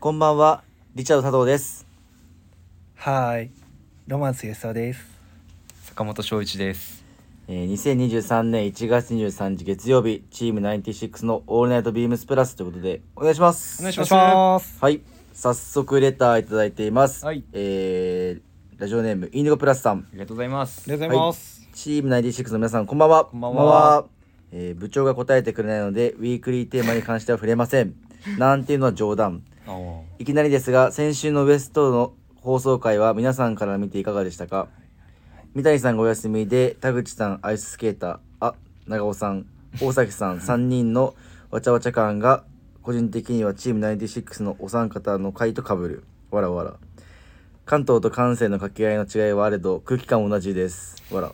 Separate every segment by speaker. Speaker 1: こんばんは、リチャード佐藤です。
Speaker 2: はーい、ロマンス安田です。。
Speaker 3: 坂本翔一です。
Speaker 1: えー、2023年1月23日月曜日、チーム96のオールナイトビームスプラスということで、お願いします。
Speaker 3: お願いします
Speaker 1: はい、早速レターいただいています。
Speaker 3: はい
Speaker 1: えー、ラジオネーム、インディゴプラスさん。
Speaker 3: ありがとうございます。
Speaker 2: ありがとうございます。
Speaker 1: チーム96の皆さん、こんばんは。
Speaker 3: こんばんは
Speaker 1: えー部長が答えてくれないので、ウィークリーテーマに関しては触れませ ん。なんていうのは冗談。
Speaker 3: あー
Speaker 1: いきなりですが先週のウエストの放送回は皆さんから見ていかがでしたか三谷さんがお休みで田口さんアイススケーターあ長尾さん大崎さん3人のわちゃわちゃ感が個人的にはチーム96のお三方の回とかぶるわらわら関東と関西の掛け合いの違いはあれど空気感は同じですわら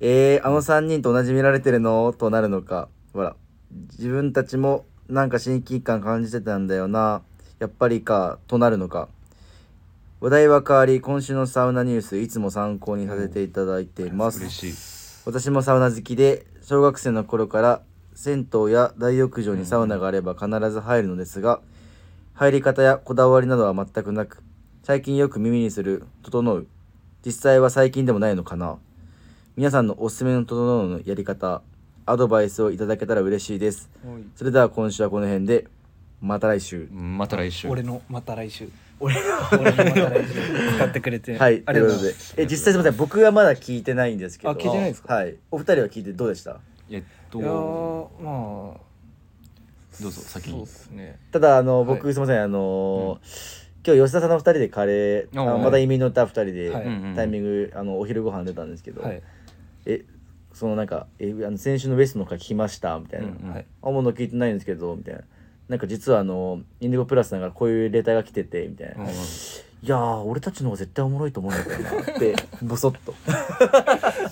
Speaker 1: えー、あの3人と同じ見られてるのとなるのかわら自分たちもなんか親近感感じてたんだよなやっぱりかとなるのか話題は変わり今週のサウナニュースいつも参考にさせていただいています
Speaker 3: 嬉しい。
Speaker 1: 私もサウナ好きで小学生の頃から銭湯や大浴場にサウナがあれば必ず入るのですが、入り方やこだわりなどは全くなく最近よく耳にする「整う」実際は最近でもないのかな皆さんのおすすめの「整う」のやり方アドバイスをいただけたら嬉しいですそれでは今週はこの辺でまた来週
Speaker 3: うんまた来週。
Speaker 2: 俺のまた来週。俺のまた来週。使ってくれて。
Speaker 1: はい
Speaker 2: あ
Speaker 1: と
Speaker 2: り
Speaker 1: い
Speaker 2: が
Speaker 1: う
Speaker 2: と
Speaker 1: こ
Speaker 2: う
Speaker 1: と
Speaker 2: ござい
Speaker 1: で
Speaker 2: ます。
Speaker 1: え実際すみません僕はまだ聞いてないんですけど
Speaker 2: あ聞いてないんですか
Speaker 1: はいお二人は聞いてどうでした
Speaker 3: えっ
Speaker 2: い
Speaker 3: と
Speaker 2: やーまあ
Speaker 3: どうぞ先
Speaker 2: そう
Speaker 3: に
Speaker 2: で。すね。
Speaker 1: ただあの
Speaker 2: はい
Speaker 1: 僕すみませんあのー今日吉田さんの2人でカレーあ
Speaker 3: お
Speaker 1: の
Speaker 3: う
Speaker 1: また移民の歌2人
Speaker 2: はい
Speaker 1: で
Speaker 3: うんうん
Speaker 1: タイミングあのお昼ご飯出たんですけど
Speaker 2: はい
Speaker 1: えそのなんかえあの先週のウエストの回聞きましたみたいな
Speaker 3: うん
Speaker 2: はい。
Speaker 1: あもうの聞いてないんですけどみたいななんか実はあのインディゴプラスさんからこういうレターが来ててみたいな
Speaker 3: うんうん
Speaker 1: いやー俺たちの方が絶対おもろいと思うんだけどなっ てボソッと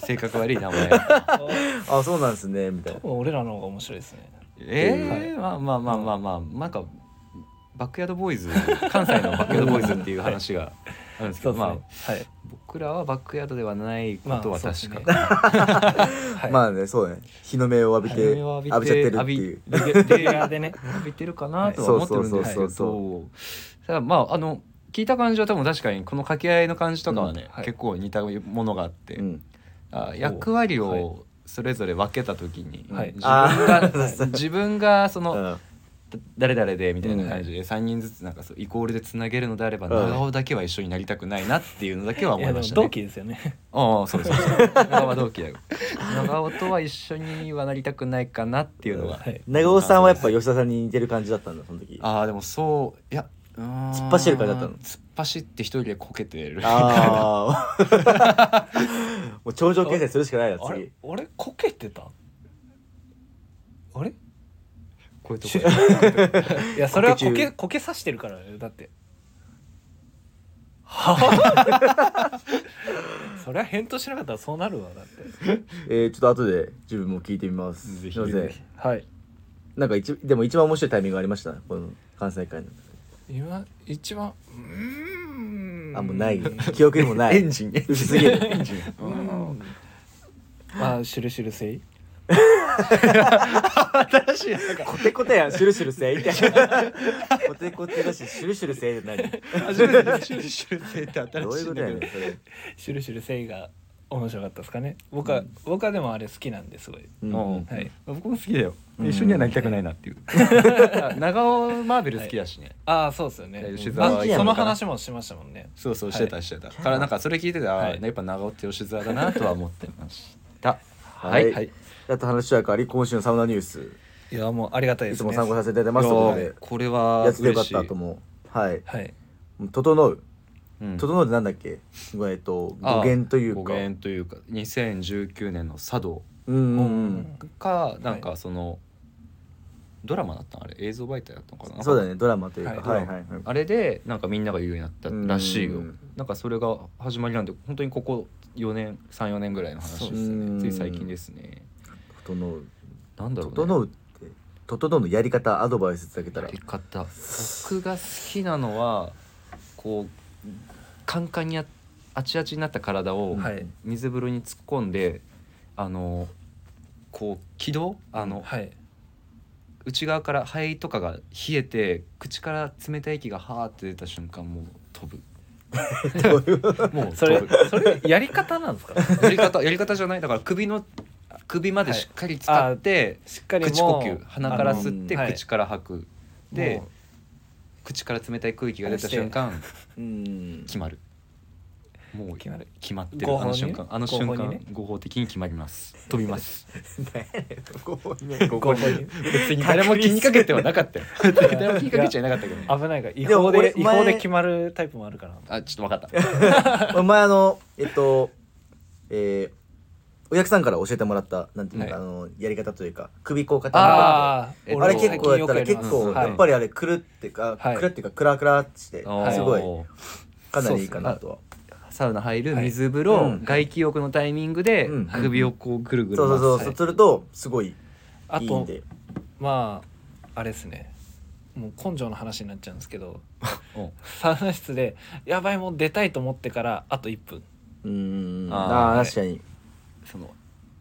Speaker 3: 性格悪い 名前。
Speaker 1: あそうなんですねみたいな
Speaker 2: 俺らの方が面白いですね。
Speaker 3: ええまあまあまあまあまあなんかバックヤードボーイズ関西のバックヤードボーイズっていう話があるんですけど、
Speaker 2: はい
Speaker 3: まあ。僕らはバックヤードではないこ
Speaker 2: まあ
Speaker 3: とは
Speaker 2: そうです
Speaker 3: 確
Speaker 2: ね
Speaker 3: か。
Speaker 2: はい。
Speaker 1: ま
Speaker 2: あ
Speaker 1: あねそうね日の目を浴びて
Speaker 3: 日の目を浴びて
Speaker 1: 浴びちゃってるっていう
Speaker 2: レギュラーでね。
Speaker 3: 浴びてるかなとは思ってるんです
Speaker 2: は
Speaker 3: け
Speaker 1: いそうそうそ
Speaker 3: どただまああの聞いた感じは多分確かにこの掛け合いの感じとかはね、
Speaker 2: うんはい
Speaker 3: 結構似たものがあって、
Speaker 1: うん
Speaker 3: あ役割をそれぞれ分けた時に、
Speaker 2: はい
Speaker 3: 自分が、
Speaker 1: あー
Speaker 3: 自分がその、
Speaker 1: うん
Speaker 3: だ誰々でみたいな感じで3人ずつなんかそうイコールでつなげるのであれば
Speaker 1: うん
Speaker 3: 長尾だけは一緒になりたくないなっていうのだけは思
Speaker 2: いやで
Speaker 3: いま
Speaker 2: も
Speaker 3: したね。
Speaker 2: 同期ですよ ね。
Speaker 3: ああそうそうそう長尾は同期だよ。長尾とは一緒にはなりたくないかなっていうのは。
Speaker 2: はい。
Speaker 1: 長尾さんはやっぱ吉田さんに似てる感じだったんだその時
Speaker 3: ああでもそういやうーん
Speaker 1: 突っ走る感じだったの
Speaker 3: 突っ走って一人でこけてる
Speaker 1: ああもう頂上決戦するしかないよ
Speaker 2: あ
Speaker 1: 次
Speaker 2: れ俺こけてた。あれ
Speaker 3: こういうと こ
Speaker 2: いやそれは
Speaker 1: こ
Speaker 2: こ
Speaker 1: け中
Speaker 2: けこけさしてるからねだって はあそれは返答しなかったらそうなるわだって
Speaker 1: えー、ちょっと後で自分も聞いてみます
Speaker 3: ぜひ
Speaker 1: すいません
Speaker 3: ぜひ
Speaker 2: はい
Speaker 1: なんか一でも一番面白いタイミングありましたこの関西会の
Speaker 2: 今一番うーん
Speaker 1: あもうない記憶にもない
Speaker 3: エンジン
Speaker 1: 薄すぎる
Speaker 2: うんまあシュルシュルせい
Speaker 3: 新しいなんか
Speaker 1: コテコテやんシュルシュルせいみたいな コテコテだしシュルシュルせいって何
Speaker 3: 初めて修修正って新しい
Speaker 1: どういうことやねん
Speaker 3: んだけ
Speaker 1: それ、
Speaker 2: シュルシュルせいが面白かったですかね僕は、僕はでもあれ好きなんですごい
Speaker 1: うん
Speaker 3: どうん
Speaker 2: はい
Speaker 3: 僕も好きだよ
Speaker 1: うん
Speaker 3: 一緒にはなりたくないなっていう 長尾マーベル好きだしね
Speaker 2: ああそうですよね
Speaker 3: え吉
Speaker 1: 沢
Speaker 2: あその話もしましたもんね
Speaker 3: そうそう
Speaker 2: は
Speaker 3: し
Speaker 2: い
Speaker 3: てたしてたからなんかそれ聞いててあ
Speaker 2: は
Speaker 3: ー
Speaker 2: い
Speaker 3: やっぱ長尾って吉沢だなとは思ってました
Speaker 1: は、
Speaker 3: はいい
Speaker 1: は
Speaker 3: はいい、
Speaker 1: あと話は変わり今週のサウナニュース
Speaker 2: いやもうありがたい
Speaker 1: い
Speaker 2: です
Speaker 1: つ
Speaker 2: ね
Speaker 1: も参考させていただいて
Speaker 3: い
Speaker 1: ま
Speaker 3: や
Speaker 1: すということで
Speaker 3: ーこれは
Speaker 1: やっててよか
Speaker 3: 嬉
Speaker 1: っ
Speaker 3: しい
Speaker 1: たと思うはい
Speaker 2: はい
Speaker 1: 「整う」
Speaker 3: う
Speaker 1: 「
Speaker 3: ん
Speaker 1: 整う」ってなんだっけえっと
Speaker 3: あ
Speaker 1: 語源というか
Speaker 3: 語源というか2019年の茶道
Speaker 1: うんうんうん
Speaker 3: かなんかその、ドラマだったのあれ映像媒体だったのかな
Speaker 1: そうだねドラマというか、
Speaker 2: は
Speaker 1: はい、
Speaker 2: い
Speaker 1: はいはい
Speaker 3: あれでなんかみんなが言うようになったらしいよ
Speaker 1: うん
Speaker 3: なんかそれが始まりなんで本当にここ4年34年ぐらいの話
Speaker 2: そう
Speaker 3: で
Speaker 2: です
Speaker 1: ねうん
Speaker 3: ねつい最近ですね
Speaker 1: 整う
Speaker 3: なんだろう、ね、
Speaker 1: 整うって整うのやり方アドバイスいただけたら
Speaker 3: やり方僕が好きなのはこうカンカンにああちあちになった体を
Speaker 2: はい
Speaker 3: 水風呂に突っ込んで、あのこう軌道あの
Speaker 2: はい
Speaker 3: 内側から肺とかが冷えて口から冷たい息がはーって出た瞬間もう飛 ぶもう
Speaker 2: そ
Speaker 3: 飛
Speaker 2: れ
Speaker 3: ぶ
Speaker 2: それやり方なんですか
Speaker 3: やり方 やり方じゃないだから首の首までしっかり使って、
Speaker 2: しっかりもう
Speaker 3: 口呼吸鼻から
Speaker 1: す
Speaker 3: 吸って
Speaker 2: あの
Speaker 3: 口から吐くで口から冷たい空気が出た瞬間
Speaker 1: うん
Speaker 3: 決まるもう
Speaker 2: 決まる
Speaker 3: 決まって
Speaker 2: 合
Speaker 3: る
Speaker 2: 法
Speaker 3: あ
Speaker 2: に
Speaker 3: の
Speaker 2: ね
Speaker 3: 瞬間あの瞬
Speaker 2: 合法に
Speaker 3: 間
Speaker 2: ね
Speaker 3: 合法的に決まります飛びます
Speaker 1: ここ にこ
Speaker 2: こ
Speaker 1: こ
Speaker 2: うこ
Speaker 1: に
Speaker 2: う
Speaker 3: 別に 誰も気にかけてはなかったよ誰も気にかけちゃいなかったけど
Speaker 2: 危ないから違
Speaker 1: でも
Speaker 2: 法で
Speaker 1: 俺
Speaker 2: 違法
Speaker 1: 前
Speaker 2: で決まるタイプもあるから
Speaker 3: あちょっと分かった
Speaker 1: お前あのえっとえーお客さんから教えてもらったなんていうのか、
Speaker 3: はい
Speaker 1: あのやり方というか首こう固めてあ
Speaker 2: あ
Speaker 3: ー
Speaker 2: ー
Speaker 3: 俺
Speaker 1: れ
Speaker 2: も
Speaker 1: 結構やったら
Speaker 2: 最
Speaker 1: 結
Speaker 2: 近よくります
Speaker 1: 構
Speaker 3: はい
Speaker 1: やっぱりあれくるってか、
Speaker 2: はい
Speaker 1: くるっていうかクラクラってして
Speaker 3: おー
Speaker 1: すごいかなりいいかなとは
Speaker 3: サウナ入る
Speaker 2: はい
Speaker 3: 水風呂、
Speaker 1: うん
Speaker 3: 外気浴のタイミングで
Speaker 1: うん
Speaker 3: 首をこうぐるぐる
Speaker 1: そう
Speaker 3: 回
Speaker 1: そう
Speaker 3: す
Speaker 1: そうそうするとすごい
Speaker 2: あ
Speaker 1: いいん
Speaker 2: と
Speaker 1: で
Speaker 2: まああれですねもう根性の話になっちゃうんですけど
Speaker 3: うん
Speaker 2: サウナ室でやばいもう出たいと思ってからあと1分
Speaker 1: うーん
Speaker 3: あ
Speaker 1: あ
Speaker 2: ー
Speaker 1: あー確かに
Speaker 3: その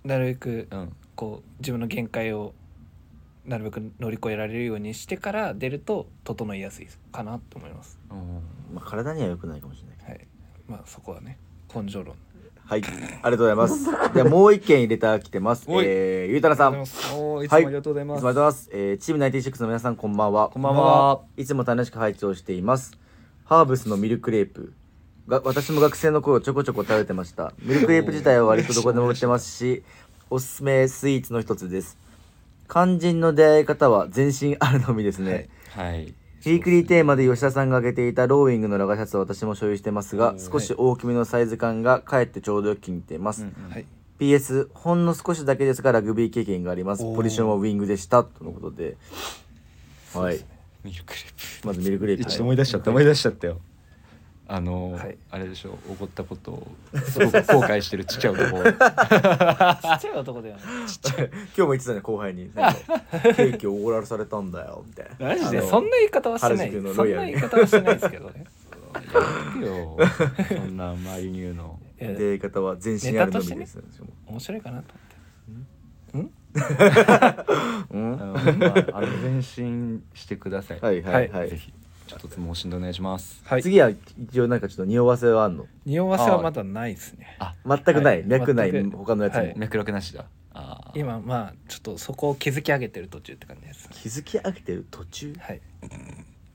Speaker 2: なるべく
Speaker 3: うん
Speaker 2: こう自分の限界をなるべく乗り越えられるようにしてから出ると整いやすいかなと思います
Speaker 1: まあ、体には良くないかもしれないけ
Speaker 2: はいまあそこはね根性論
Speaker 1: どはいありがとう ございますではもう一件入れた来てます
Speaker 3: おい
Speaker 1: えー、ゆうたなさんいつ
Speaker 3: おーいつ
Speaker 1: は
Speaker 3: もあ
Speaker 1: い
Speaker 3: りがとうござい
Speaker 1: もあ
Speaker 3: ま
Speaker 1: りがとうご
Speaker 3: す、
Speaker 1: ざいます、えー、チーム96の皆さんこんばんは
Speaker 3: こんばんはい
Speaker 1: つも楽しく拝聴しています。ハーブスのミルクレープ。が私も学生の頃ちょこちょこ食べてました。ミルクレープ自体は割とどこでも売ってますし、おすすめスイーツの一つです。肝心の出会い方は全身あるのみですね。
Speaker 3: はい
Speaker 1: ウィークリーテーマで吉田さんが挙げていたローウィングのラガシャツを私も所有してますが、
Speaker 3: おー
Speaker 1: 少し大きめのサイズ感がかえってちょうどよく気に入っています。
Speaker 3: うんうん
Speaker 2: はい
Speaker 1: PS ほんの少しだけですがラグビー経験があります
Speaker 2: おー
Speaker 1: ポジションはウィングでしたとのことではい
Speaker 3: ミルクレープ
Speaker 1: まずミルクレープ
Speaker 3: ちょっと思い出しちゃった思い出しちゃったよあのー
Speaker 2: はい
Speaker 3: あれでしょ怒ったこと をすごく後悔してるちっちゃい男
Speaker 2: ちっちゃい男だよね
Speaker 1: 今日も言ってたね後輩になんか「ケーキをおごらされたんだよ」みたいな
Speaker 2: マジ
Speaker 1: あ
Speaker 2: で
Speaker 1: の
Speaker 2: そんな言い方はしてない
Speaker 1: 原宿
Speaker 2: そん
Speaker 1: の
Speaker 2: な
Speaker 1: ロイヤ
Speaker 2: 言
Speaker 1: ル
Speaker 2: い方はしてないですけ どね
Speaker 3: よそんな周りに言うの
Speaker 2: いや
Speaker 1: 出会い方は全身あるのみです、
Speaker 2: 面白いかなと
Speaker 1: うん
Speaker 3: あ
Speaker 1: は
Speaker 3: のまああの前進してください、
Speaker 1: いはいはい、
Speaker 3: ぜひちょっとつもしんでお願いします
Speaker 2: 思って次
Speaker 1: 次は一応なんかちょっと匂わせはあんの
Speaker 2: 匂わせはまだないですね
Speaker 1: 全くない、
Speaker 2: はい
Speaker 1: 脈ない
Speaker 2: 全く
Speaker 1: 他のやつも、
Speaker 2: はい
Speaker 3: 脈絡なしだあー
Speaker 2: 今まあちょっとそこを築き上げてる途中って感じです
Speaker 1: 気づき上げてる途中
Speaker 2: はい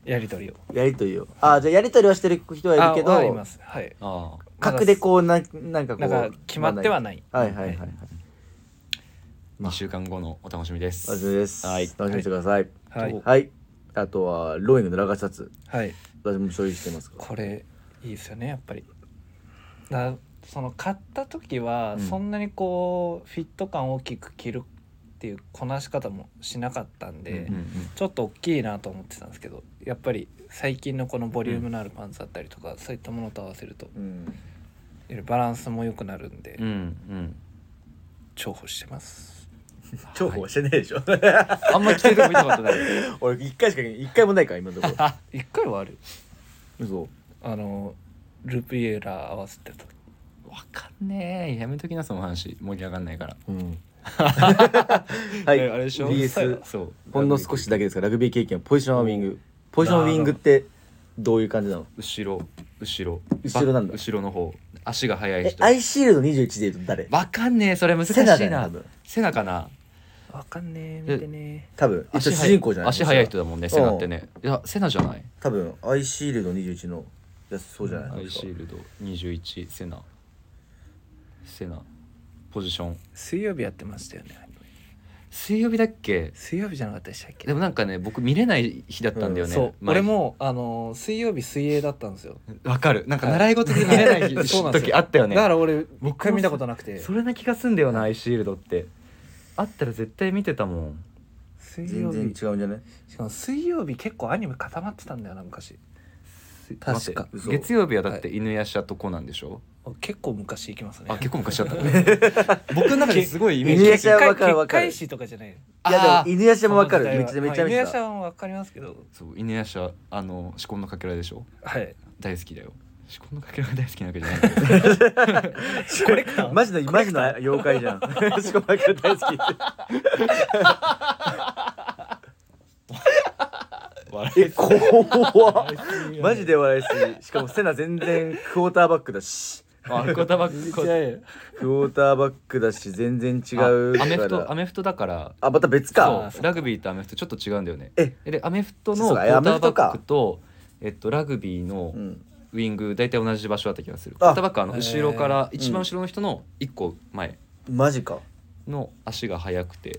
Speaker 2: やり取りを
Speaker 1: やりとりをああじゃあやりとりはしてる人はいるけ
Speaker 2: あはいい
Speaker 1: ど
Speaker 2: ますはい
Speaker 3: あ
Speaker 1: 格でこうななんかこ
Speaker 2: な
Speaker 1: うん
Speaker 2: か決まってはない
Speaker 1: はいはいはいはい
Speaker 3: 2週間後のお楽しみです
Speaker 1: お疲れ様です。
Speaker 3: はい
Speaker 1: 楽しみにしてください。
Speaker 2: はい
Speaker 1: はい。あとはローイングのラガーシャツ、
Speaker 2: はい
Speaker 1: 私も所有してますから。
Speaker 2: これいいですよねやっぱりだその買った時は
Speaker 1: うん
Speaker 2: そんなにこうフィット感大きく着るっていうこなし方もしなかったんで、
Speaker 3: うんうん
Speaker 2: ちょっと大きいなと思ってたんですけどやっぱり最近のこのボリュームのあるパンツだったりとか、そういったものと合わせると
Speaker 1: うん。
Speaker 2: バランスも良くなるんで、
Speaker 3: うんうん
Speaker 2: 重宝してます
Speaker 1: 重宝してねえでしょ。
Speaker 3: あんま着てるとこ見たことない
Speaker 1: 俺一回しか一回もないから今のところ。
Speaker 2: 一回はある
Speaker 1: 嘘。
Speaker 2: あのルピエラ合わせてた時
Speaker 3: わかんねえやめときなその話盛り上がんないから
Speaker 1: うん。 はい。
Speaker 3: えあれでしょ
Speaker 1: BS
Speaker 3: そう
Speaker 1: ほんの少しだけですからラグビー経験ポジションはウィング。ポジションはウィングってどういう感じなの？
Speaker 3: 後ろ後ろ
Speaker 1: 後ろなんだ
Speaker 3: バッ後ろの方足が速い
Speaker 1: え、
Speaker 3: 人
Speaker 1: アイシールド21で言うと誰？
Speaker 3: わかんねえそれ難しい
Speaker 1: セナ
Speaker 3: な
Speaker 1: だ
Speaker 3: 背
Speaker 1: よね多
Speaker 3: 中
Speaker 1: 分
Speaker 3: かな
Speaker 2: わかんね
Speaker 3: え
Speaker 2: え見てね
Speaker 1: 多分。一応
Speaker 3: 速
Speaker 1: 主人公じゃない？
Speaker 3: 足速い人だもんね
Speaker 1: そ
Speaker 3: セ
Speaker 1: う
Speaker 3: ナって。ねいやセナじゃない
Speaker 1: 多分アイシールド21のやつそうじゃない
Speaker 3: アイ
Speaker 1: です
Speaker 3: シ
Speaker 1: か。
Speaker 3: ールド21セナセナポジション
Speaker 2: 水曜日やってましたよね
Speaker 3: 水曜日だっけ
Speaker 2: 水曜日じゃなかったでしたっけ
Speaker 3: でもなんかね僕見れない日だったんだよね、
Speaker 2: そう
Speaker 3: 前
Speaker 2: 俺もあの水曜日水泳だったんですよ
Speaker 3: わかるなんか習い事で見れない日、
Speaker 2: そうなんです
Speaker 3: 時
Speaker 2: よ
Speaker 3: あったよね
Speaker 2: だから俺
Speaker 3: 僕も
Speaker 2: 一回見たことなくて
Speaker 3: それな気がすんだよなアイシールドってあったら絶対見てたもん
Speaker 2: 水
Speaker 1: 全
Speaker 2: 曜
Speaker 1: 然違うん
Speaker 2: 日
Speaker 1: じゃない？
Speaker 2: しかも水曜日結構アニメ固まってたんだよな昔
Speaker 1: 確か
Speaker 3: 待って
Speaker 1: 嘘
Speaker 3: 月曜日はだって犬やしゃとコナンでしょ、
Speaker 2: 結構昔行きますね
Speaker 3: あ結構昔だったね 僕の中ですごいイメー
Speaker 1: 犬夜
Speaker 3: ジ
Speaker 1: 叉はわかるわかる
Speaker 2: 結界誌とかじゃない
Speaker 1: いやでも犬やしもわかる。
Speaker 2: その
Speaker 1: め
Speaker 2: 時
Speaker 1: ち
Speaker 2: 代
Speaker 1: ゃ
Speaker 2: は
Speaker 1: めちゃ
Speaker 2: まあ
Speaker 1: 見て
Speaker 2: 犬夜
Speaker 1: た
Speaker 2: 叉。はわかりますけど
Speaker 3: そう犬やしゃあの至婚のかけらでしょ
Speaker 2: はい
Speaker 3: 大好きだよ至婚のかけらが大好きなわけじゃないんだけど
Speaker 2: これか
Speaker 1: マジのマジの 妖怪じゃん。しかも大好き。
Speaker 3: 笑
Speaker 1: え怖っ
Speaker 3: いすぎやね
Speaker 1: マジで笑いすぎしかもセナ全然クォーターバックだし
Speaker 3: あクォーターバッ ク
Speaker 1: クォーターバックだし全然違う
Speaker 3: あアメフ
Speaker 1: か
Speaker 3: ト
Speaker 1: ら
Speaker 3: アメフトだから
Speaker 1: あまた別
Speaker 3: そ
Speaker 1: か
Speaker 3: うラグビーとアメフトちょっと違うんだよね
Speaker 1: え
Speaker 3: でアメフト
Speaker 1: そう
Speaker 3: のク
Speaker 1: か
Speaker 3: ォ
Speaker 1: え
Speaker 3: ーター
Speaker 1: アメフト
Speaker 3: バッ
Speaker 1: か
Speaker 3: クとえっとラグビーの
Speaker 1: うん
Speaker 3: ウイング大体同じ場所だった気がするク
Speaker 1: あ
Speaker 3: ォーターバックはあの
Speaker 2: へー
Speaker 3: 後ろから
Speaker 1: ん
Speaker 3: 一番後ろの人の1個前
Speaker 1: マジか
Speaker 3: の足が速くて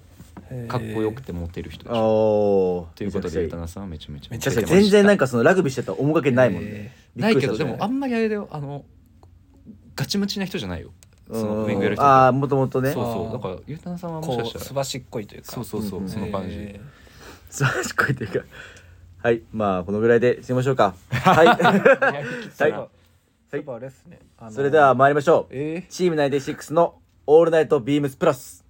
Speaker 2: へー
Speaker 3: かっこよくてモテる人でしょ
Speaker 1: おー
Speaker 3: ということで
Speaker 1: め
Speaker 3: ゆう
Speaker 1: ちゃくちゃ
Speaker 3: た
Speaker 1: いい
Speaker 3: なさんはめちゃめちゃ
Speaker 2: めちゃ
Speaker 1: 確か
Speaker 2: く
Speaker 1: に全
Speaker 2: ち
Speaker 1: 然なん
Speaker 3: か
Speaker 1: かそのラグビーしてたら面影ないもんねび
Speaker 3: な
Speaker 1: っ
Speaker 3: い
Speaker 1: くり
Speaker 3: け
Speaker 1: し
Speaker 3: ど
Speaker 1: た
Speaker 3: でもあんまりあれだよあのガチムチな人じゃないよ
Speaker 1: うん
Speaker 3: そのウイングやる人
Speaker 1: ああもともと
Speaker 3: そう
Speaker 1: ね
Speaker 3: そ
Speaker 2: あ
Speaker 3: う
Speaker 2: ー
Speaker 3: だからゆうたなさんはも
Speaker 2: こ
Speaker 3: しかし
Speaker 2: う
Speaker 3: た
Speaker 2: す
Speaker 3: ら
Speaker 2: ばしっこいというか
Speaker 3: そうそうそう
Speaker 1: うん
Speaker 3: その感じ
Speaker 2: へ
Speaker 1: 素晴らしくいというかはいまあこのぐらいでしましょう かはい
Speaker 2: ーそういえばそういえばあれっすねあの
Speaker 1: それでは参りましょう
Speaker 2: え
Speaker 1: チーム内で6の「オールナイトビームスプラス」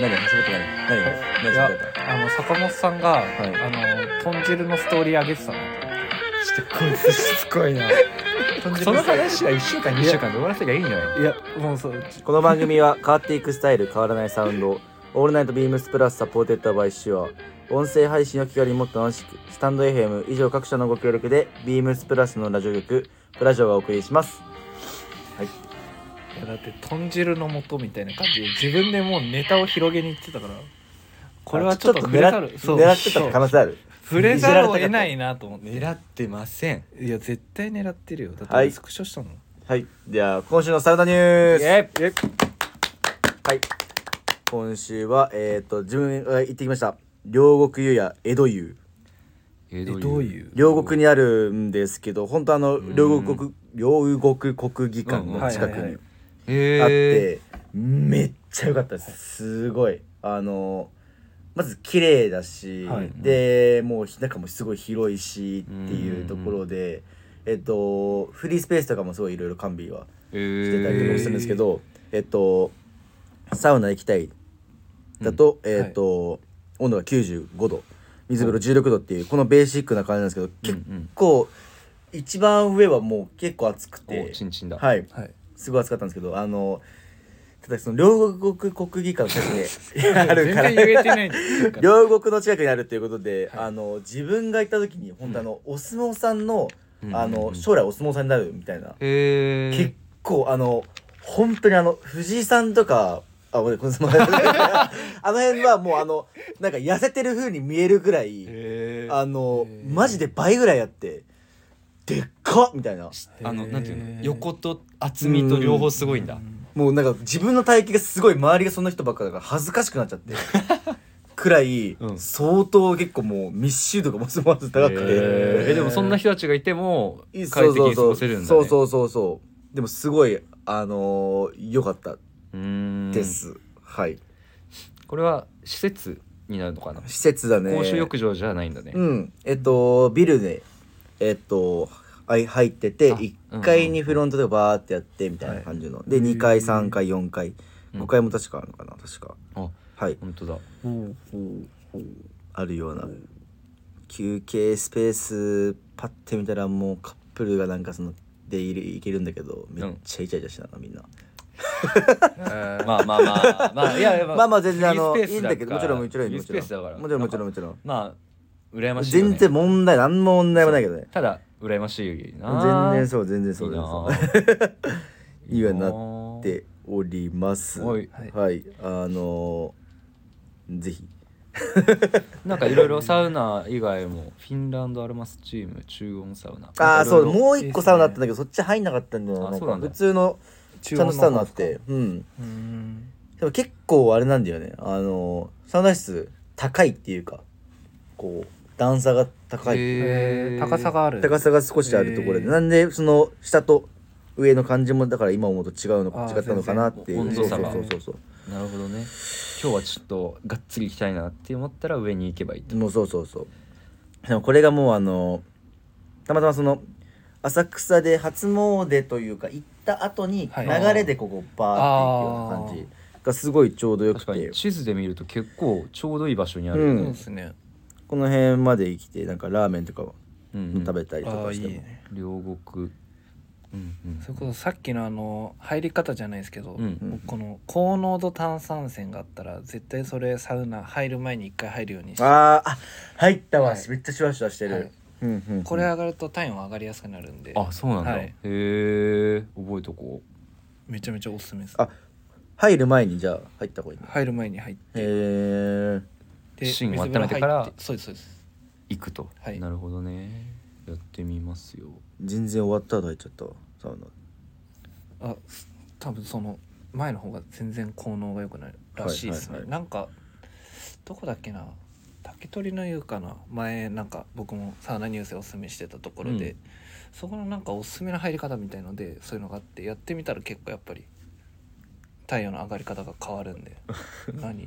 Speaker 1: 何が喋ってない何が
Speaker 2: ーい
Speaker 1: 何が
Speaker 2: や
Speaker 1: 喋ってた
Speaker 2: あの坂本さんが、
Speaker 1: い
Speaker 2: あの豚汁のストーリー上げてたな
Speaker 4: ちょっとこいつしつこいな
Speaker 3: その話は1週間2週間で終わらせばいいのよ
Speaker 2: いやもうそう
Speaker 1: この番組は変わっていくスタイル変わらないサウンド「オールナイトビームスプラス」サポーテッドバイシュア音声配信を気軽にもっと楽しくスタンド FM 以上各社のご協力でビームスプラスのラジオ局プラジオがお送りします
Speaker 2: いやだって豚汁の素みたいな感じで自分でもうネタを広げにいってたからこれはちょっと触れざ
Speaker 1: 狙っ
Speaker 2: るそう
Speaker 1: 狙ってた可能性ある
Speaker 2: 触れざるを得ないなと思って
Speaker 3: 狙ってません
Speaker 2: いや絶対狙ってるよだって
Speaker 1: はい
Speaker 2: 俺スクショしたの、
Speaker 1: はいでは今週のサウナニュース
Speaker 2: イエイ
Speaker 1: はい。今週は、えっ、と、自分が行ってきました。両国湯や江戸湯。
Speaker 3: え
Speaker 2: えどういう
Speaker 1: 両国にあるんですけど、本当あの、両国国、両国国技館の近く
Speaker 2: うんうんはいはい
Speaker 1: にあっ
Speaker 2: は
Speaker 3: へえ
Speaker 1: て、めっちゃ良かったです。すごい。あの、まず綺麗だし、
Speaker 2: はい
Speaker 1: で、もう中もすごい広いしっていうところで、えっと、フリースペースとかもすごいいろいろ完備はしてたりとかもするんですけど、えっとサウナ行きたいだと、えっと、温度が95度水風呂16度っていうこのベーシックな感じなんですけど
Speaker 3: うんう
Speaker 1: 結
Speaker 3: ん
Speaker 1: 構一番上はもう結構暑く
Speaker 3: お
Speaker 1: て
Speaker 3: ちんちんだ
Speaker 1: はい
Speaker 2: はい
Speaker 1: すごい暑かったんですけどあのただその両国国技館の近くである
Speaker 2: 全
Speaker 1: から
Speaker 2: 然言えてないんですから
Speaker 1: 両国の近くにあるということで、あの自分が行った時に本当あの、お相撲さんの
Speaker 3: うん
Speaker 1: あ
Speaker 3: うん
Speaker 1: の
Speaker 3: うん
Speaker 1: 将来お相撲さんになるみたいな
Speaker 3: へ
Speaker 1: 結
Speaker 3: え
Speaker 1: 構あの本当にあの藤井さんとかあ俺この あの辺はもうあのなんか痩せてる風に見えるぐらい
Speaker 3: へ
Speaker 1: あの
Speaker 2: へー
Speaker 1: マジで倍ぐらいあってでっかっみたいな
Speaker 3: あのなんていう
Speaker 2: へ
Speaker 3: の
Speaker 2: ー
Speaker 3: 横と厚みと両方すごいんだ
Speaker 1: もうなんか自分の体型がすごい周りがそんな人ばっかだから恥ずかしくなっちゃって くらい
Speaker 3: うん
Speaker 1: 相当結構もう密集度がますます高くて
Speaker 3: へーえでもそんな人たちがいても
Speaker 1: いい
Speaker 3: 快適に過ごせるんだね
Speaker 1: そうそうそうそうでもすごいあの良かった
Speaker 3: うーん
Speaker 1: です、はい
Speaker 3: これは施設になるのかな
Speaker 1: 施設だね
Speaker 3: 公衆浴場じゃないんだね
Speaker 1: うんえっとビルでえっとあい入ってて
Speaker 3: あ
Speaker 1: 1階にフロントでバーってやってみたいな感じの、で2階3階4階
Speaker 3: うん
Speaker 1: 5階も確かあるのかな確か
Speaker 3: あ
Speaker 1: はい
Speaker 3: 本当だ
Speaker 1: あるような休憩スペースパッて見たらもうカップルがなんかそのでいるいけるんだけどめっちゃイチャイチャしてたなみんな、
Speaker 3: まあまあまあまあいやいや
Speaker 1: まあまあ全然あの
Speaker 3: フ
Speaker 1: い
Speaker 3: リースペー
Speaker 1: い
Speaker 3: ス
Speaker 1: んだけ
Speaker 3: から
Speaker 1: どもちろんもちろん
Speaker 3: フリ
Speaker 1: も
Speaker 3: ー
Speaker 1: ち
Speaker 3: スペ
Speaker 1: ろ
Speaker 3: ースだから
Speaker 1: んもちろんもちろん
Speaker 3: なんか
Speaker 1: もちろん
Speaker 3: まあ羨ましいよね
Speaker 1: 全然問題何も問題もないけどね
Speaker 3: ただ羨ましいな
Speaker 1: 全然そう全然そう
Speaker 3: いい
Speaker 1: 全然そう
Speaker 3: な
Speaker 1: いうようになっております。
Speaker 3: はい
Speaker 1: はい、あのーぜひ。
Speaker 3: なんかいろいろサウナ以外もフィンランドアルマスチーム中温サウナ
Speaker 1: ああ、そう、
Speaker 3: う
Speaker 1: もう一個サウナあったん
Speaker 2: い
Speaker 1: だけど、そっち入んなかったんだよ
Speaker 3: あ
Speaker 1: な。なん
Speaker 3: そうな
Speaker 1: か
Speaker 3: んだ
Speaker 1: 普通のちゃんとサウナあっ
Speaker 2: 中
Speaker 1: て、うん。
Speaker 2: うーん
Speaker 1: でも結構あれなんだよね。あのーサウナ室高いっていうか、こう段差が高い。
Speaker 2: へー高さがある
Speaker 1: 高さが少しあるところで、
Speaker 2: へー
Speaker 1: なんでその下と上の感じもだから今思うと違うの
Speaker 2: あ
Speaker 1: か
Speaker 2: ー
Speaker 1: 違ったのかなっていう。そ
Speaker 3: 全
Speaker 1: うそう
Speaker 3: 然温度差が
Speaker 1: そうそうそう。
Speaker 3: なるほどね今日はちょっとがっつり行きたいなって思ったら上に行けばいいと
Speaker 1: もうそうそうそうでもこれがもうあのたまたまその浅草で初詣というか行った後に
Speaker 2: はい
Speaker 1: 流れでここバーっていくような感じがすごいちょうどよく
Speaker 3: 確かに
Speaker 1: て
Speaker 3: 地図で見ると結構ちょうどいい場所にある、
Speaker 1: う
Speaker 2: そうんですね
Speaker 1: この辺まで来てなんかラーメンとかを
Speaker 3: うんうん
Speaker 1: 食べたりと
Speaker 2: あ
Speaker 1: か
Speaker 2: あ
Speaker 1: し
Speaker 2: い
Speaker 1: て
Speaker 2: い
Speaker 1: も
Speaker 2: ね
Speaker 3: 両国うんうん
Speaker 2: それこそさっきのあの入り方じゃないですけど、
Speaker 3: うん
Speaker 1: うん
Speaker 2: 僕この高濃度炭酸泉があったら絶対それサウナ入る前に一回入るようにして、
Speaker 1: あーあ入ったわ、
Speaker 2: はい
Speaker 1: めっちゃシュワシュワしてる、
Speaker 2: はい
Speaker 1: うんうんうん
Speaker 2: これ上がると体温上がりやすくなるんで
Speaker 3: あそうなんだ、
Speaker 2: はい
Speaker 3: へえ覚えとこう
Speaker 2: めちゃめちゃおすすめです
Speaker 1: あ入る前にじゃあ入った方がいいね
Speaker 2: 入る前に入っ
Speaker 1: へえ
Speaker 2: て
Speaker 1: ー、
Speaker 2: で
Speaker 3: 芯を
Speaker 2: 水風
Speaker 3: 温
Speaker 2: 呂
Speaker 3: めてから
Speaker 2: 入っそうですそうです
Speaker 3: 行くと、
Speaker 2: はい
Speaker 3: なるほどねやってみますよ
Speaker 1: 全然終わった後入っちゃったわサウナ
Speaker 2: あす多分その前の方が全然効能が良くなるらしいです
Speaker 1: は
Speaker 2: ね、
Speaker 1: いはいはい
Speaker 2: なんかどこだっけな竹取の湯かな前なんか僕もサウナニュースでおすすめしてたところで、
Speaker 3: うん
Speaker 2: そこのなんかおすすめの入り方みたいのでそういうのがあってやってみたら結構やっぱり太陽の上がり方が変わるん で何
Speaker 1: い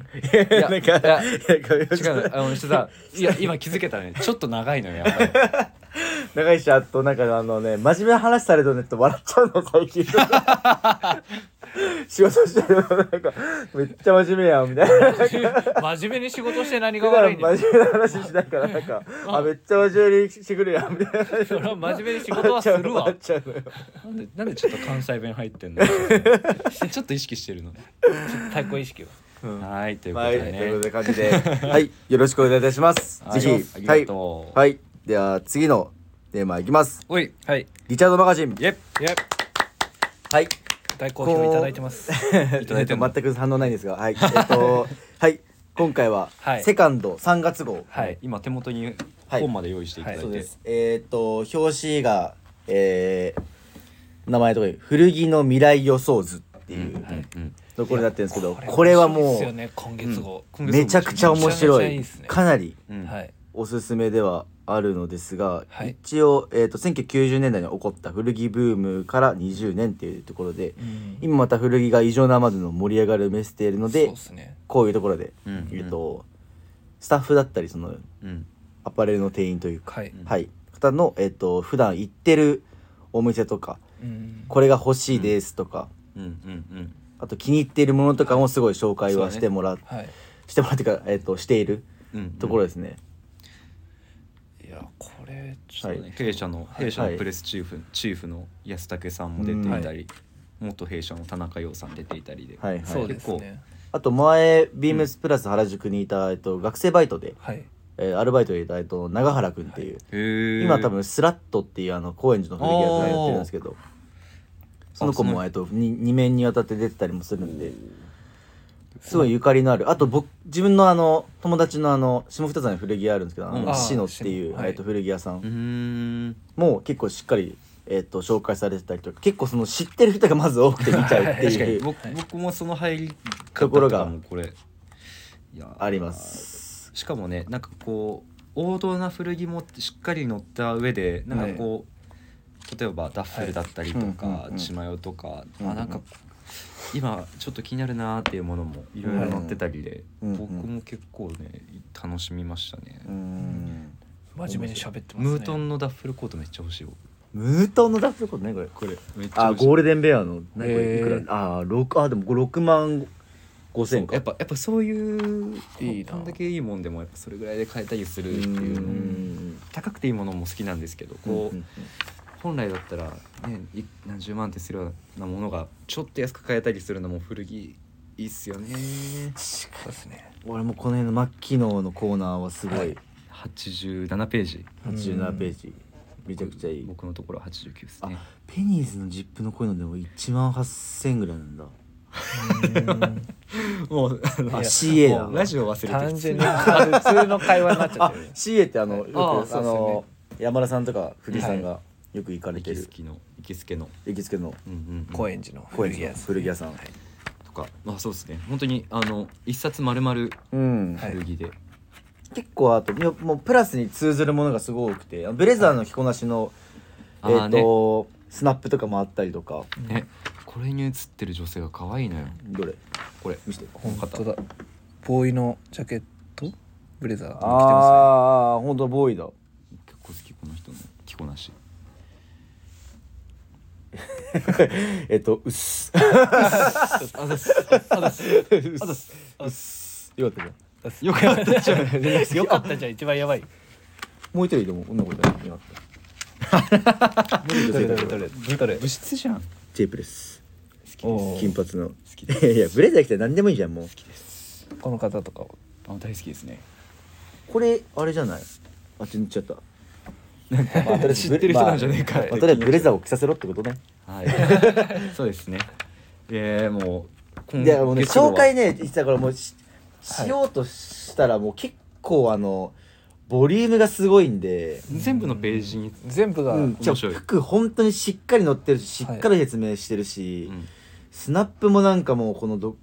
Speaker 1: や なんか
Speaker 3: いや
Speaker 1: 違
Speaker 3: 違うのあのちょっとさいや今気づけたねちょっと長いのよやっぱり
Speaker 1: 長いしあとなんかあのね真面目な話されるとねと笑っちゃうの最 近仕事してるのなんかめっちゃ真面目やんみたいななんか
Speaker 2: 真面目に仕事して何が
Speaker 1: 普
Speaker 2: 悪い
Speaker 1: 段
Speaker 2: んだよ
Speaker 1: 真面目な話しないからなん かあめっちゃ真面目にしてくれやんみたいな
Speaker 2: それは真面目に仕事はするわ
Speaker 1: 笑っ ちゃうのよ
Speaker 3: なんでなんでちょっと関西弁入っ てんのちょっと意識してるの
Speaker 2: 対抗意識を
Speaker 3: はいというこ
Speaker 1: は
Speaker 3: と
Speaker 1: い、
Speaker 3: で
Speaker 1: と
Speaker 3: ね、
Speaker 1: いうことで感じで、 はい、よろしくお願いいたします。
Speaker 3: はい
Speaker 1: ぜ
Speaker 3: あ
Speaker 1: ひ、
Speaker 3: り
Speaker 1: は
Speaker 3: が
Speaker 1: い、
Speaker 3: とう
Speaker 1: はい、では次のテーマいきます。
Speaker 3: おい
Speaker 2: はい
Speaker 1: リチャードマガジン。
Speaker 3: イエッ
Speaker 2: いや
Speaker 1: はい、
Speaker 2: 大好評いただいてます
Speaker 1: えっと
Speaker 3: だいてんの
Speaker 1: 全く反応ないんですが、はい、えっと、 はい、今回は
Speaker 2: はい
Speaker 1: セカンド3月号。
Speaker 2: はい
Speaker 3: 今手元に本まで用意していただいて、
Speaker 1: そうです。えっと、表紙が、えー名前とか古着の未来予想図って
Speaker 3: うん
Speaker 1: いううん
Speaker 3: うん
Speaker 1: ところになってるんですけど、これはも
Speaker 2: 面白いっすよ
Speaker 1: う
Speaker 2: ね今月号、
Speaker 3: うん
Speaker 1: めちゃくちゃ面白
Speaker 2: めちゃめちゃいい
Speaker 1: い
Speaker 2: っすね、
Speaker 1: かなり。
Speaker 3: うん
Speaker 2: はい
Speaker 1: おすすめではあるのですが、
Speaker 2: はい
Speaker 1: 一応、えー、と1990年代に起こった古着ブームから20年っていうところで、今また古着が異常なまでの盛り上がりを見せているので
Speaker 2: そうっすね
Speaker 1: こういうところで、
Speaker 3: うん
Speaker 1: えっとスタッフだったりその
Speaker 3: うん
Speaker 1: アパレルの店員というか、
Speaker 2: はい、
Speaker 1: はい、方の、えっと普段行ってるお店とか
Speaker 2: うん
Speaker 1: これが欲しいですとか、
Speaker 3: うんうん
Speaker 1: あと気に入っているものとかもすごい紹介はしてもら、
Speaker 2: はい
Speaker 1: してもらってから、えっとしている
Speaker 3: うんうん
Speaker 1: ところ
Speaker 3: で
Speaker 1: ですね。
Speaker 2: いやこれちょ
Speaker 1: は
Speaker 2: っ
Speaker 1: い
Speaker 2: と、
Speaker 3: 弊社の弊社のプレスチーフ、チーフの安武さんも出ていたり、元弊社の田中洋さん出ていたりで、
Speaker 1: はいはい、
Speaker 2: そうです
Speaker 3: 結
Speaker 2: ね
Speaker 1: あと前ビームスプラス原宿にいた、えっと、学生バイトで、
Speaker 2: はい
Speaker 1: えーアルバイトでいた、えっと、長原くんっていう、
Speaker 3: へえ
Speaker 1: 今多分スラットっていうあの高円寺の古着屋さんやってるんですけどその子
Speaker 3: あそ
Speaker 1: も、
Speaker 3: の
Speaker 1: えっと、に二面にわたって出てたりもするんですごいゆかりのあるあと僕自分のあの友達のあの下北沢に古着屋あるんですけどあ
Speaker 3: うん
Speaker 1: の
Speaker 3: あー
Speaker 1: シノっていう、
Speaker 2: 篠はい
Speaker 1: えっと、古着屋さ
Speaker 3: うんーん
Speaker 1: も結構しっかり、えっと、紹介されてたりとか結構その知ってる人がまず多くて見ちゃうって
Speaker 3: 確か
Speaker 1: い
Speaker 3: に
Speaker 1: う
Speaker 3: 僕,、僕もその入り方
Speaker 1: ところが
Speaker 3: とかもこれいやー
Speaker 1: あります。
Speaker 3: しかもねなんかこう王道な古着もしっかり乗った上でなんかこう、例えばダッフルだったりと
Speaker 1: はいうん
Speaker 3: か
Speaker 1: うんうん
Speaker 3: チマヨとか、
Speaker 1: うんうん
Speaker 3: あなんか今ちょっと気になるなーっていうものもいろいろ載ってたりで、
Speaker 1: うんうん
Speaker 3: 僕も結構ね楽しみましたね、
Speaker 1: うん
Speaker 2: 真面目に喋ってますね
Speaker 3: ムートンのダッフルコートめっちゃ欲しいよ
Speaker 1: ムートンのダッフルコートねこれこれ
Speaker 3: めっちゃ
Speaker 1: あ
Speaker 3: 欲しい
Speaker 1: ゴールデンベアの何これ
Speaker 2: へ
Speaker 1: い
Speaker 2: ー
Speaker 1: くら、あー六あでもこれ6万5千か
Speaker 3: やっぱやっぱそういう
Speaker 2: いいな
Speaker 3: こんだけいいもんでもやっぱそれぐらいで買えたりす
Speaker 1: う
Speaker 3: るっていうの
Speaker 1: ん
Speaker 3: 高くていいものも好きなんですけどこう、本来だったら、ね、い何十万ってするようなものがちょっと安く買えたりするのも古着いいっすよね
Speaker 2: そうですね
Speaker 1: 俺もこの辺のマッキノーのコーナーはすごい
Speaker 3: 87ページ
Speaker 1: 87ページめちゃくちゃいい
Speaker 3: 僕のところは89ですね
Speaker 1: ペニーズのジップのこういうのでも1万8000ぐらいなんだ
Speaker 3: もうあの
Speaker 1: あ CA だ
Speaker 3: もうラジオ忘れて
Speaker 2: 単純
Speaker 3: る
Speaker 2: に普通の会話になっちゃっ
Speaker 1: あ
Speaker 2: てる
Speaker 1: CA ってあのよく
Speaker 2: あ
Speaker 1: あ
Speaker 2: ーそうっす
Speaker 1: の
Speaker 2: よ
Speaker 1: 山田さんとか藤井さんがよく行かれ
Speaker 3: 行
Speaker 1: て
Speaker 3: き
Speaker 1: る
Speaker 3: つけの行きつけの、
Speaker 1: 行きつけの
Speaker 3: うんうんうん
Speaker 2: 高円寺の
Speaker 1: 高
Speaker 2: 古
Speaker 1: 円
Speaker 2: 着
Speaker 1: 寺
Speaker 2: 屋
Speaker 1: の
Speaker 2: さん
Speaker 1: 古着屋さん
Speaker 2: はい
Speaker 3: とかまあそうですね本当にあの一冊丸々
Speaker 1: うん
Speaker 2: はい
Speaker 3: 古着で、
Speaker 1: 結構あとみもうプラスに通ずるものがすごく多くてあのベレザーの着こなしの、
Speaker 3: あー
Speaker 1: えっ、と、スナップとかもあったりとか
Speaker 3: ねこれに写ってる女性が可愛いのよ
Speaker 1: どれ
Speaker 3: これ
Speaker 1: 見せてあ
Speaker 3: 本方
Speaker 2: 本当だボーイのジャケットブレザー着てま
Speaker 1: あー本当ボーイだ
Speaker 3: 結構好きこの人の着こなし
Speaker 1: えっとうっす
Speaker 3: あざっすあざっす
Speaker 1: うっすうっすよかったじ
Speaker 2: すね
Speaker 3: よかったじゃ ん
Speaker 2: よかったじゃん一番やばい
Speaker 1: ゃんもう一人でも女の子じゃなかった
Speaker 2: どれどれどれどれ
Speaker 3: 物質じゃん好
Speaker 1: ジェイプです
Speaker 3: きです
Speaker 1: 金髪の
Speaker 3: 好き
Speaker 1: いやいやブレザー着たら何でもいいじゃんもう
Speaker 2: この方とか
Speaker 3: あ大好きですね
Speaker 1: これあれじゃないあっちに行っちゃった
Speaker 3: 知ってる人なんじゃねえか
Speaker 1: まあとりあえずブレザーを着させろってことね
Speaker 3: はい。そうですね。えー、もう今
Speaker 1: いやもうね
Speaker 3: 月曜は
Speaker 1: 紹介ね実はこれもうししようとしたらもう結構あのボリュームがすごいんで
Speaker 3: 全部のページに、
Speaker 2: 全部が、
Speaker 1: うん、じゃ
Speaker 3: 面白い
Speaker 1: 服本当にしっかり載ってるししっかり説明してるし、
Speaker 3: うん
Speaker 1: スナップもなんかもうこのど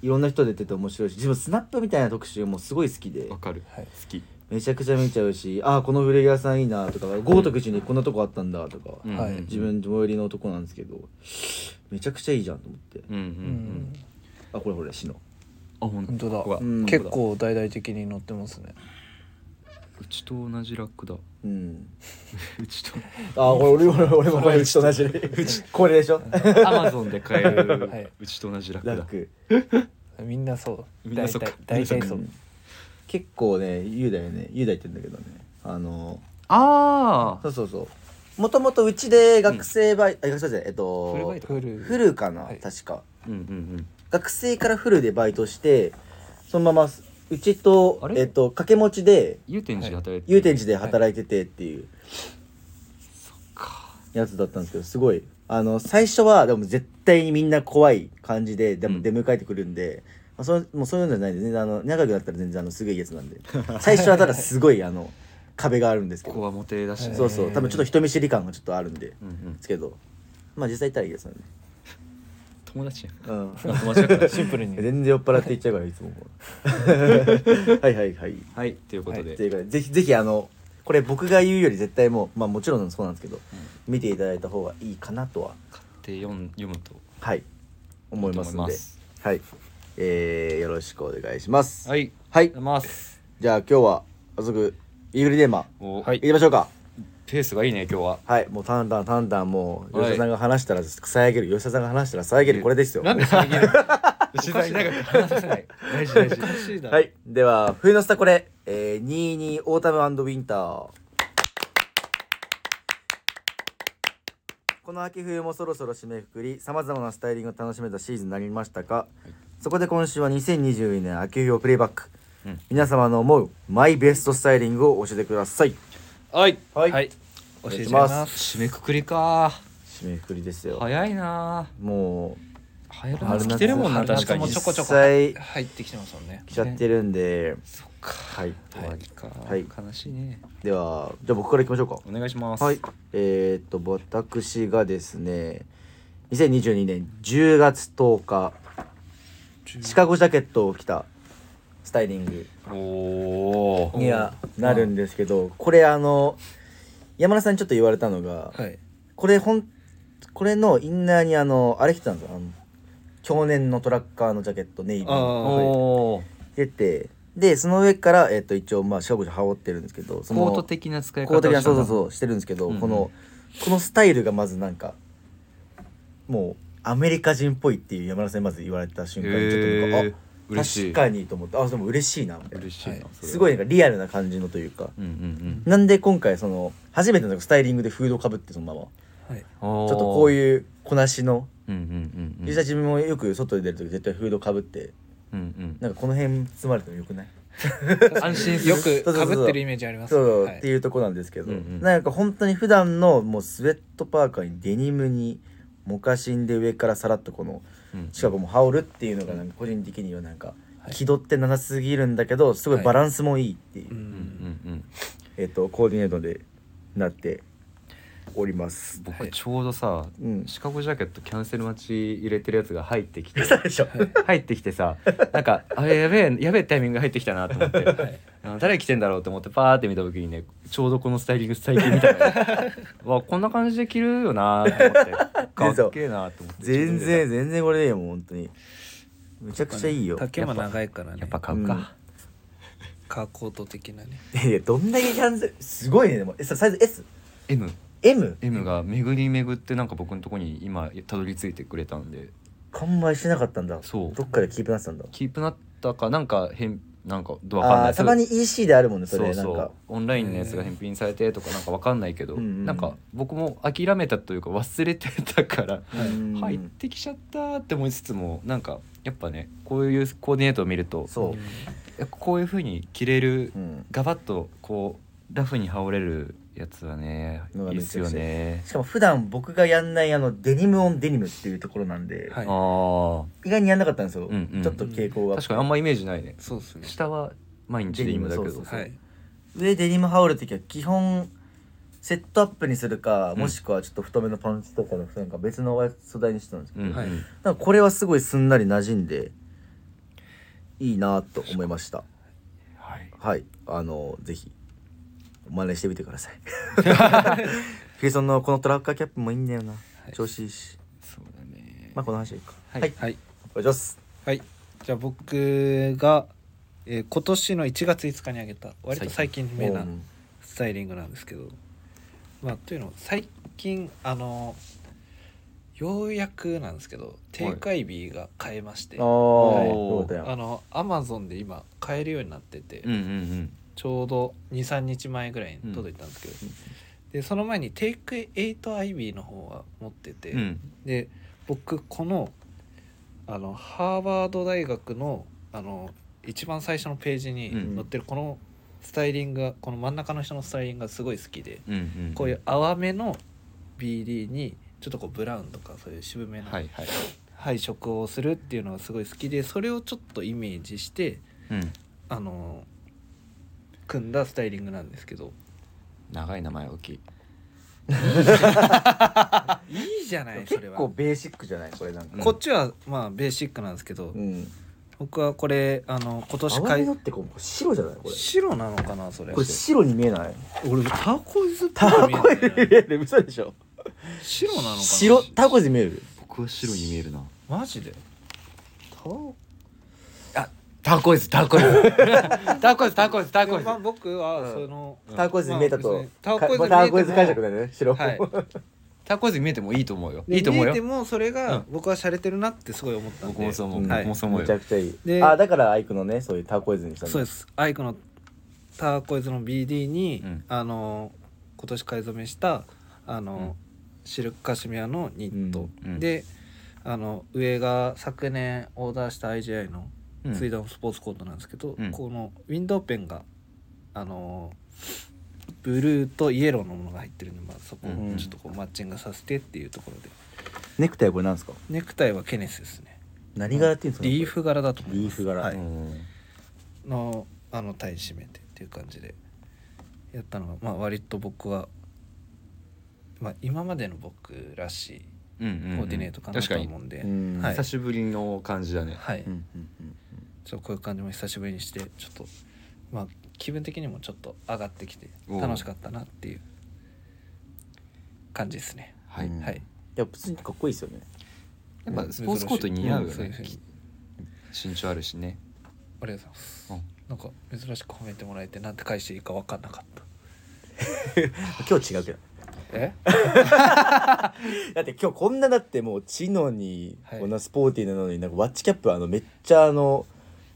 Speaker 1: いろんな人出てて面白いし自分スナップみたいな特集もすごい好きで
Speaker 3: わかる、
Speaker 2: はい
Speaker 3: 好き、
Speaker 1: めちゃくちゃ見ちゃうしああこの古着屋さんいいなとか豪徳寺にこんなとこあったんだとか、
Speaker 3: うん
Speaker 2: はい
Speaker 1: 自分最寄りのとこなんですけどめちゃくちゃいいじゃんと思って
Speaker 3: うんうん
Speaker 2: う
Speaker 3: う
Speaker 2: んん、
Speaker 1: あこれこれシノ
Speaker 3: あほん
Speaker 2: 本当だ
Speaker 3: ここが
Speaker 1: うん
Speaker 2: 結構大々的に載ってますね
Speaker 3: うちと同じラックだ
Speaker 1: うん
Speaker 3: うちと
Speaker 1: あこれ俺俺俺もこれうちと同じこれでしょ
Speaker 3: アマゾンで買える、
Speaker 2: はいう
Speaker 3: ちと同じラックだ
Speaker 1: 楽
Speaker 2: みんなそう
Speaker 3: みんなそっか
Speaker 2: 大体大体そううん
Speaker 1: 結構ね雄大よね雄大って言うんだけどねあの
Speaker 3: ああ
Speaker 1: そうそうそうもともとうちで学生バイ、あ学生じゃないえっと
Speaker 3: フルバイト
Speaker 2: フル
Speaker 1: フルかな、
Speaker 2: はい
Speaker 1: 確か
Speaker 3: うんうん
Speaker 1: 学生からフルでバイトしてそのままうちと
Speaker 3: あれ
Speaker 1: えっと掛け持ちで
Speaker 3: うん祐天寺で働いて
Speaker 1: 祐天寺で働いててっていう
Speaker 3: か
Speaker 1: やつだったんですけどすごいあの最初はでも絶対にみんな怖い感じでで
Speaker 3: う
Speaker 1: も
Speaker 3: ん
Speaker 1: 出迎えてくるんで、まあ、そのもうそういうのじゃないんで全然あの長くなったら全然あのすごいやつなんで最初はただすごいあの壁があるんですけ
Speaker 3: ここ
Speaker 1: ど
Speaker 3: はモテだし、ね、
Speaker 1: そうそう多分ちょっと人見知り感がちょっとあるんでで
Speaker 3: うんうん、
Speaker 1: すけどまあ実際いたらいいやつなんで、
Speaker 3: 友達やん
Speaker 1: うん、
Speaker 3: 友達だから
Speaker 2: シンプル に
Speaker 1: 全然酔っ払っていっちゃうからいつも はいはいはい
Speaker 3: はいということで、
Speaker 1: っていうかぜひぜひあのこれ僕が言うより絶対もうまあもちろんそうなんですけど、見ていただいた方がいいかなとは
Speaker 3: 買って読ん読むと
Speaker 1: はい思いますの
Speaker 3: 思いま
Speaker 1: ですはいえー、よろしくお願いします
Speaker 3: はい
Speaker 1: はい
Speaker 3: 読ます
Speaker 1: じゃあ今日は早速イーグルテーマ
Speaker 3: お、
Speaker 2: はい
Speaker 1: いきましょうか
Speaker 3: ペースがいいね今日は
Speaker 1: はいもうタンタンタンタンもう
Speaker 3: はい
Speaker 1: 吉田さんが話したら遮る吉田さんが話したら遮るこれですよ
Speaker 3: なんで遮る取材長く話させない大事大事
Speaker 2: おかしいだろ
Speaker 1: はいでは冬のスタこれ、えー、22オータムウィンターこの秋冬もそろそろ締めくくりさまざまなスタイリングを楽しめたシーズンになりましたが、そこで今週は2022年秋冬をプレイバック、
Speaker 3: うん
Speaker 1: 皆様の思うマイベストスタイリングを教えてください
Speaker 3: はい
Speaker 1: は
Speaker 2: はい
Speaker 1: お願い
Speaker 2: 教えて
Speaker 1: し
Speaker 2: し
Speaker 1: ます
Speaker 2: ます
Speaker 3: 締めくくりか
Speaker 1: 締めくくりですよ、
Speaker 3: 早いな
Speaker 1: も
Speaker 3: 流行る
Speaker 1: 春
Speaker 3: 夏
Speaker 1: 夏
Speaker 3: 来てるもんな
Speaker 1: 春夏
Speaker 3: 確かに
Speaker 2: もちょこちょこ
Speaker 1: 実際
Speaker 2: 入ってきてますもんね
Speaker 1: う来ちゃってるんで
Speaker 3: そっか
Speaker 1: はい、
Speaker 3: 終わりか、
Speaker 1: はい
Speaker 3: 悲しいね
Speaker 1: ではじゃあ僕からいきましょうか
Speaker 3: お願いします
Speaker 1: はい、えーっと私がですね2022年10月10日シカゴジャケットを着たスタイリング
Speaker 3: おお
Speaker 1: にはなるんですけどこれあの山田さんにちょっと言われたのが、
Speaker 2: はい
Speaker 1: これほんこれのインナーにあのあれ着てたんですよあの去年のトラッカーのジャケットネイビー
Speaker 2: あー
Speaker 1: の
Speaker 3: おー
Speaker 1: 出てでその上から、えーっと一応まあシカゴジャ羽織ってるんですけどその
Speaker 3: コート的な使い方
Speaker 1: こう的な
Speaker 3: をした
Speaker 1: そ
Speaker 3: ん
Speaker 1: うそ
Speaker 3: だ
Speaker 1: うそうしてるんですけど、
Speaker 3: うんうん
Speaker 1: このこのスタイルがまずなんかもうアメリカ人っぽいっていう山田さんにまず言われた瞬間にちょっとな
Speaker 3: へ
Speaker 1: ん
Speaker 3: え
Speaker 1: かあ
Speaker 3: 嬉しい
Speaker 1: 確かにと思ってあでも嬉しいなみたいな
Speaker 3: 嬉しいな、
Speaker 2: はい
Speaker 3: それは
Speaker 1: すごいなんかリアルな感じのというか、
Speaker 3: うんうん
Speaker 1: なんで今回その初めてのスタイリングでフードかぶってそのままち
Speaker 2: はい
Speaker 3: うん
Speaker 1: ょっとこう
Speaker 3: う
Speaker 1: いうこなしの
Speaker 3: うんうんうん
Speaker 1: 実際自分もよく外に出る時絶対フードかぶって
Speaker 3: うんうん
Speaker 1: なんかこの辺包まれてもよくない
Speaker 3: 安心する
Speaker 2: よく
Speaker 1: そうそうそう
Speaker 2: 被ってるイメージあります
Speaker 1: そ
Speaker 2: ね
Speaker 1: う、
Speaker 2: はい
Speaker 1: っていうとこなんですけど、
Speaker 3: うんうん
Speaker 1: なんか本当に普段のもうスウェットパーカーにデニムにモカシンで上からさらっとこの
Speaker 3: うん
Speaker 1: しかも羽織るっていうのがなんか個人的にはなんか
Speaker 2: はい
Speaker 1: 気取ってなさすぎるんだけどすごいバランスもいいっていう、
Speaker 2: う
Speaker 3: うんうんんうん
Speaker 1: えっとコーディネートでなっております。
Speaker 3: 僕ちょうどさ、
Speaker 1: うん
Speaker 3: シカゴジャケットキャンセル待ち入れてるやつが入ってき て
Speaker 1: 嘘でしょ、
Speaker 3: 入ってきてさなんかあれやべえやべえタイミング入ってきたな と思って、
Speaker 2: い
Speaker 3: あの誰来てんだろうと思ってパーって見た時にねちょうどこのスタイリング最近みた いなわこんな感じで着るよなと思ってかっけえなと思って
Speaker 1: 全然全然これでいいよもう本当にめちゃくちゃいいよ。
Speaker 2: 丈も長いからね
Speaker 3: やっぱ買うか、
Speaker 2: カーコート的なね
Speaker 1: いやどんだけキャンセルすごいねでもえサイズ S
Speaker 3: MM
Speaker 1: M
Speaker 3: M が巡り巡ってなんか僕のとこに今たどり着いてくれたんで
Speaker 1: 完売してなかったんだ
Speaker 3: そう
Speaker 1: どっかでキープなってたんだ
Speaker 3: キープなったかなんか返なんかどうわかん
Speaker 1: あ
Speaker 3: な
Speaker 1: あ
Speaker 3: い
Speaker 1: たまに EC であるもんねそ
Speaker 3: そ
Speaker 1: れ
Speaker 3: うそ
Speaker 1: なん
Speaker 3: う
Speaker 1: か
Speaker 3: オンラインのやつが返品されてとかなんかわかんないけど、
Speaker 1: うんうん
Speaker 3: なんか僕も諦めたというか忘れてたから、
Speaker 1: うん
Speaker 3: 入ってきちゃったって思いつつもなんかやっぱねこういうコーディネートを見ると
Speaker 1: そう
Speaker 3: やっぱこういうふうに着れる、
Speaker 1: うん
Speaker 3: ガバッとこうラフに羽織れるやつはねい
Speaker 1: のが
Speaker 3: いっすよね。
Speaker 1: しかも普段僕がやんないあのデニムオンデニムっていうところなんで、
Speaker 2: はい
Speaker 3: あー
Speaker 1: 意外にやんなかったんですよ、
Speaker 3: うんうん
Speaker 1: ちょっと傾向が
Speaker 3: 確かにあんまイメージないね
Speaker 2: そうですね
Speaker 3: 下は毎日で今だけ
Speaker 1: デ
Speaker 3: ど
Speaker 1: ニムそうそう
Speaker 2: はい
Speaker 1: でデニム羽織る時は基本セットアップにするか、もしくはちょっと太めのパンツとかのなんか別のおやつ素材にしてたんですけど、
Speaker 3: うんうん
Speaker 2: はい
Speaker 1: なんかこれはすごいすんなり馴染んでいいなと思いました
Speaker 3: はい
Speaker 1: はいあのぜひ真似してみてく ださいフィソンのこのトラッカーキャップもいいんだよな、調子いいし
Speaker 3: そうだね
Speaker 1: まあこの話はいいか
Speaker 3: はい
Speaker 2: はい
Speaker 1: お願いします
Speaker 2: はいじゃあ僕が、えー今年の1月5日にあげた割と最近目な
Speaker 1: うん
Speaker 2: スタイリングなんですけどまあというのも最近あのようやくなんですけど定価日が変えまして
Speaker 1: ああ、
Speaker 2: あ
Speaker 3: い
Speaker 1: どうだよ
Speaker 2: のアマゾンで今買えるようになってて、
Speaker 3: うんうん
Speaker 2: ちょうど23日前ぐらいに届いたんですけど、でその前にテイク8アイビーの方は持ってて、
Speaker 3: うんうん
Speaker 2: で僕このあのハーバード大学のあの一番最初のページに載ってるこのスタイリングが、この真ん中の人のスタイリングがすごい好きで、
Speaker 3: うんうん
Speaker 2: こういう淡めの BD にちょっとこうブラウンとかそういう渋めの
Speaker 3: はいはい
Speaker 2: 配色をするっていうのがすごい好きでそれをちょっとイメージして
Speaker 3: うん
Speaker 2: あの組んだスタイリングなんですけど
Speaker 3: 長い名前大きい
Speaker 2: いいじゃないそれ
Speaker 1: 結
Speaker 2: は
Speaker 1: 構ベーシックじゃないこれなんか
Speaker 3: うん
Speaker 2: こっちはまあベーシックなんですけど、
Speaker 1: うん
Speaker 2: 僕はこれあの今年
Speaker 1: 泡
Speaker 2: 買
Speaker 1: 色っ
Speaker 2: い
Speaker 1: てこう白じゃないこれ
Speaker 2: 白なのかなそれ
Speaker 1: これ白に見えない
Speaker 2: 俺タコイズっぽ
Speaker 1: タ
Speaker 2: く
Speaker 1: ー
Speaker 2: 見え
Speaker 1: コイズ
Speaker 2: な
Speaker 1: に
Speaker 2: い
Speaker 1: 見える嘘でしょ
Speaker 2: 白なのかな
Speaker 1: 白ターコイズに見える
Speaker 3: 僕は白に見えるな
Speaker 2: マジでタコ
Speaker 3: ターコイズターコイズ ターコイズターコイズターコイズ
Speaker 2: まあ僕
Speaker 1: うん
Speaker 2: はその、
Speaker 3: うん
Speaker 1: ターコイズに見えたと、
Speaker 2: まあ別にターコイズ
Speaker 1: か
Speaker 2: に見
Speaker 1: まあター
Speaker 2: えても
Speaker 1: コイズ解釈だよね白、
Speaker 2: はい
Speaker 3: ターコイズ見えてもいいと思うよ
Speaker 2: で
Speaker 3: いいと思う
Speaker 2: 見えて
Speaker 3: よ
Speaker 2: もそれ
Speaker 3: う
Speaker 2: が
Speaker 3: ん
Speaker 2: 僕は洒落てるなってすごい思ったんで
Speaker 3: 僕もそう思 う
Speaker 1: うん
Speaker 3: 僕もそう思う
Speaker 1: めちゃ
Speaker 3: よ
Speaker 1: くちゃいい
Speaker 2: で
Speaker 1: あだからアイクのねそういうターコイズにしたんだ
Speaker 2: そうですアイクのターコイズの BD に、
Speaker 3: うん
Speaker 2: あの今年買い染めしたあの、
Speaker 3: うん
Speaker 2: シルクカシミヤのニット、
Speaker 3: うんうん
Speaker 2: であの上が昨年オーダーした IGI の
Speaker 3: うん
Speaker 2: ツイダムスポーツコートなんですけど、
Speaker 3: うん
Speaker 2: このウィンドウペンがあのブルーとイエローのものが入ってるんで、まあ、そこ
Speaker 3: うん
Speaker 1: う
Speaker 2: を
Speaker 1: ん
Speaker 2: ちょっとこうマッチングさせてっていうところで、
Speaker 1: ネクタイこれなんですか
Speaker 2: ネクタイはケネスですね
Speaker 1: 何柄っていうんですか
Speaker 2: リーフ柄だと思います
Speaker 1: リーフ柄
Speaker 2: はい
Speaker 3: うん
Speaker 2: のあのタイ締めてっていう感じでやったのが、まあ、割と僕は、まあ、今までの僕らしい
Speaker 3: うん
Speaker 2: コ
Speaker 3: う
Speaker 2: ー
Speaker 3: ん
Speaker 2: ディネートかな
Speaker 3: 確
Speaker 2: と
Speaker 3: かに
Speaker 2: 思うんで、
Speaker 1: うん
Speaker 2: はい
Speaker 3: 久しぶりの感じだね
Speaker 2: はい、
Speaker 1: うんうんうん
Speaker 2: ちょっとこういう感じも久しぶりにしてちょっと、まあ、気分的にもちょっと上がってきて
Speaker 3: おう
Speaker 2: 楽しかったなっていう感じですね。
Speaker 3: は
Speaker 1: う
Speaker 3: い
Speaker 1: ん
Speaker 2: はい、
Speaker 1: いや普通にかっこいいです よね
Speaker 3: やっぱスポーツコート似合うよ
Speaker 2: んそういうふ
Speaker 3: ね
Speaker 2: うに
Speaker 3: 身長あるしね
Speaker 2: ありがとうございます
Speaker 3: うん。
Speaker 2: なんか珍しく褒めてもらえてなんて返していいか分かんなかった。
Speaker 1: 今日違うけど
Speaker 2: え
Speaker 1: だって今日こんなだってもう知能に、
Speaker 2: はい
Speaker 1: こんなスポーティーなのになんかワッチキャップあのめっちゃあの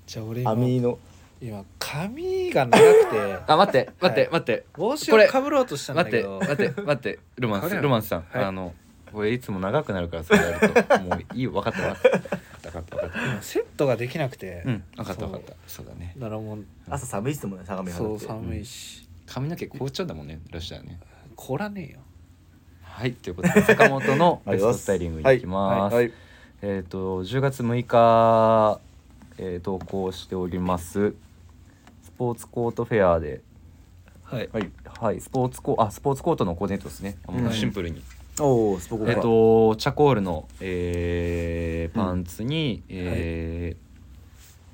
Speaker 2: じゃあ俺今
Speaker 1: 網の
Speaker 2: 今髪が長くて
Speaker 3: あ待って待って
Speaker 2: はい
Speaker 3: 待って
Speaker 2: 帽子
Speaker 3: これ
Speaker 2: をかぶろうとしたんだ
Speaker 3: 待っ
Speaker 2: け
Speaker 3: て
Speaker 2: ど
Speaker 3: 待って待ってロマン
Speaker 2: こ
Speaker 3: ス
Speaker 2: れ
Speaker 3: ロマンスさん、
Speaker 2: はい
Speaker 3: あのこれいつも長くなるからそれやるともういいよ分かった分かった分かった分かっ
Speaker 2: セットができなくて、
Speaker 3: たうん分かった
Speaker 2: そう
Speaker 3: 分かったそうだね
Speaker 2: だからもう
Speaker 1: 朝寒いっすもんね相模原
Speaker 2: そ
Speaker 1: っ
Speaker 2: う
Speaker 1: て
Speaker 2: 寒いし、
Speaker 3: 髪の毛凍っちゃうんだもんねロシアね
Speaker 2: 凍らねえよ
Speaker 3: はいということで坂本の
Speaker 1: あり
Speaker 3: ベ
Speaker 1: がとうございま
Speaker 3: ス
Speaker 1: す
Speaker 3: トスタイリングいきます、
Speaker 1: はい
Speaker 3: えっ、と10月6日、えー投稿しておりますスポーツコートフェアで
Speaker 2: はい
Speaker 3: はい、はい、スポーツコあスポーツコートのコーディネートですねあもう
Speaker 1: はい
Speaker 3: シンプルに
Speaker 1: おおスポコ
Speaker 3: えっとチャコールの、えーパンツに、えー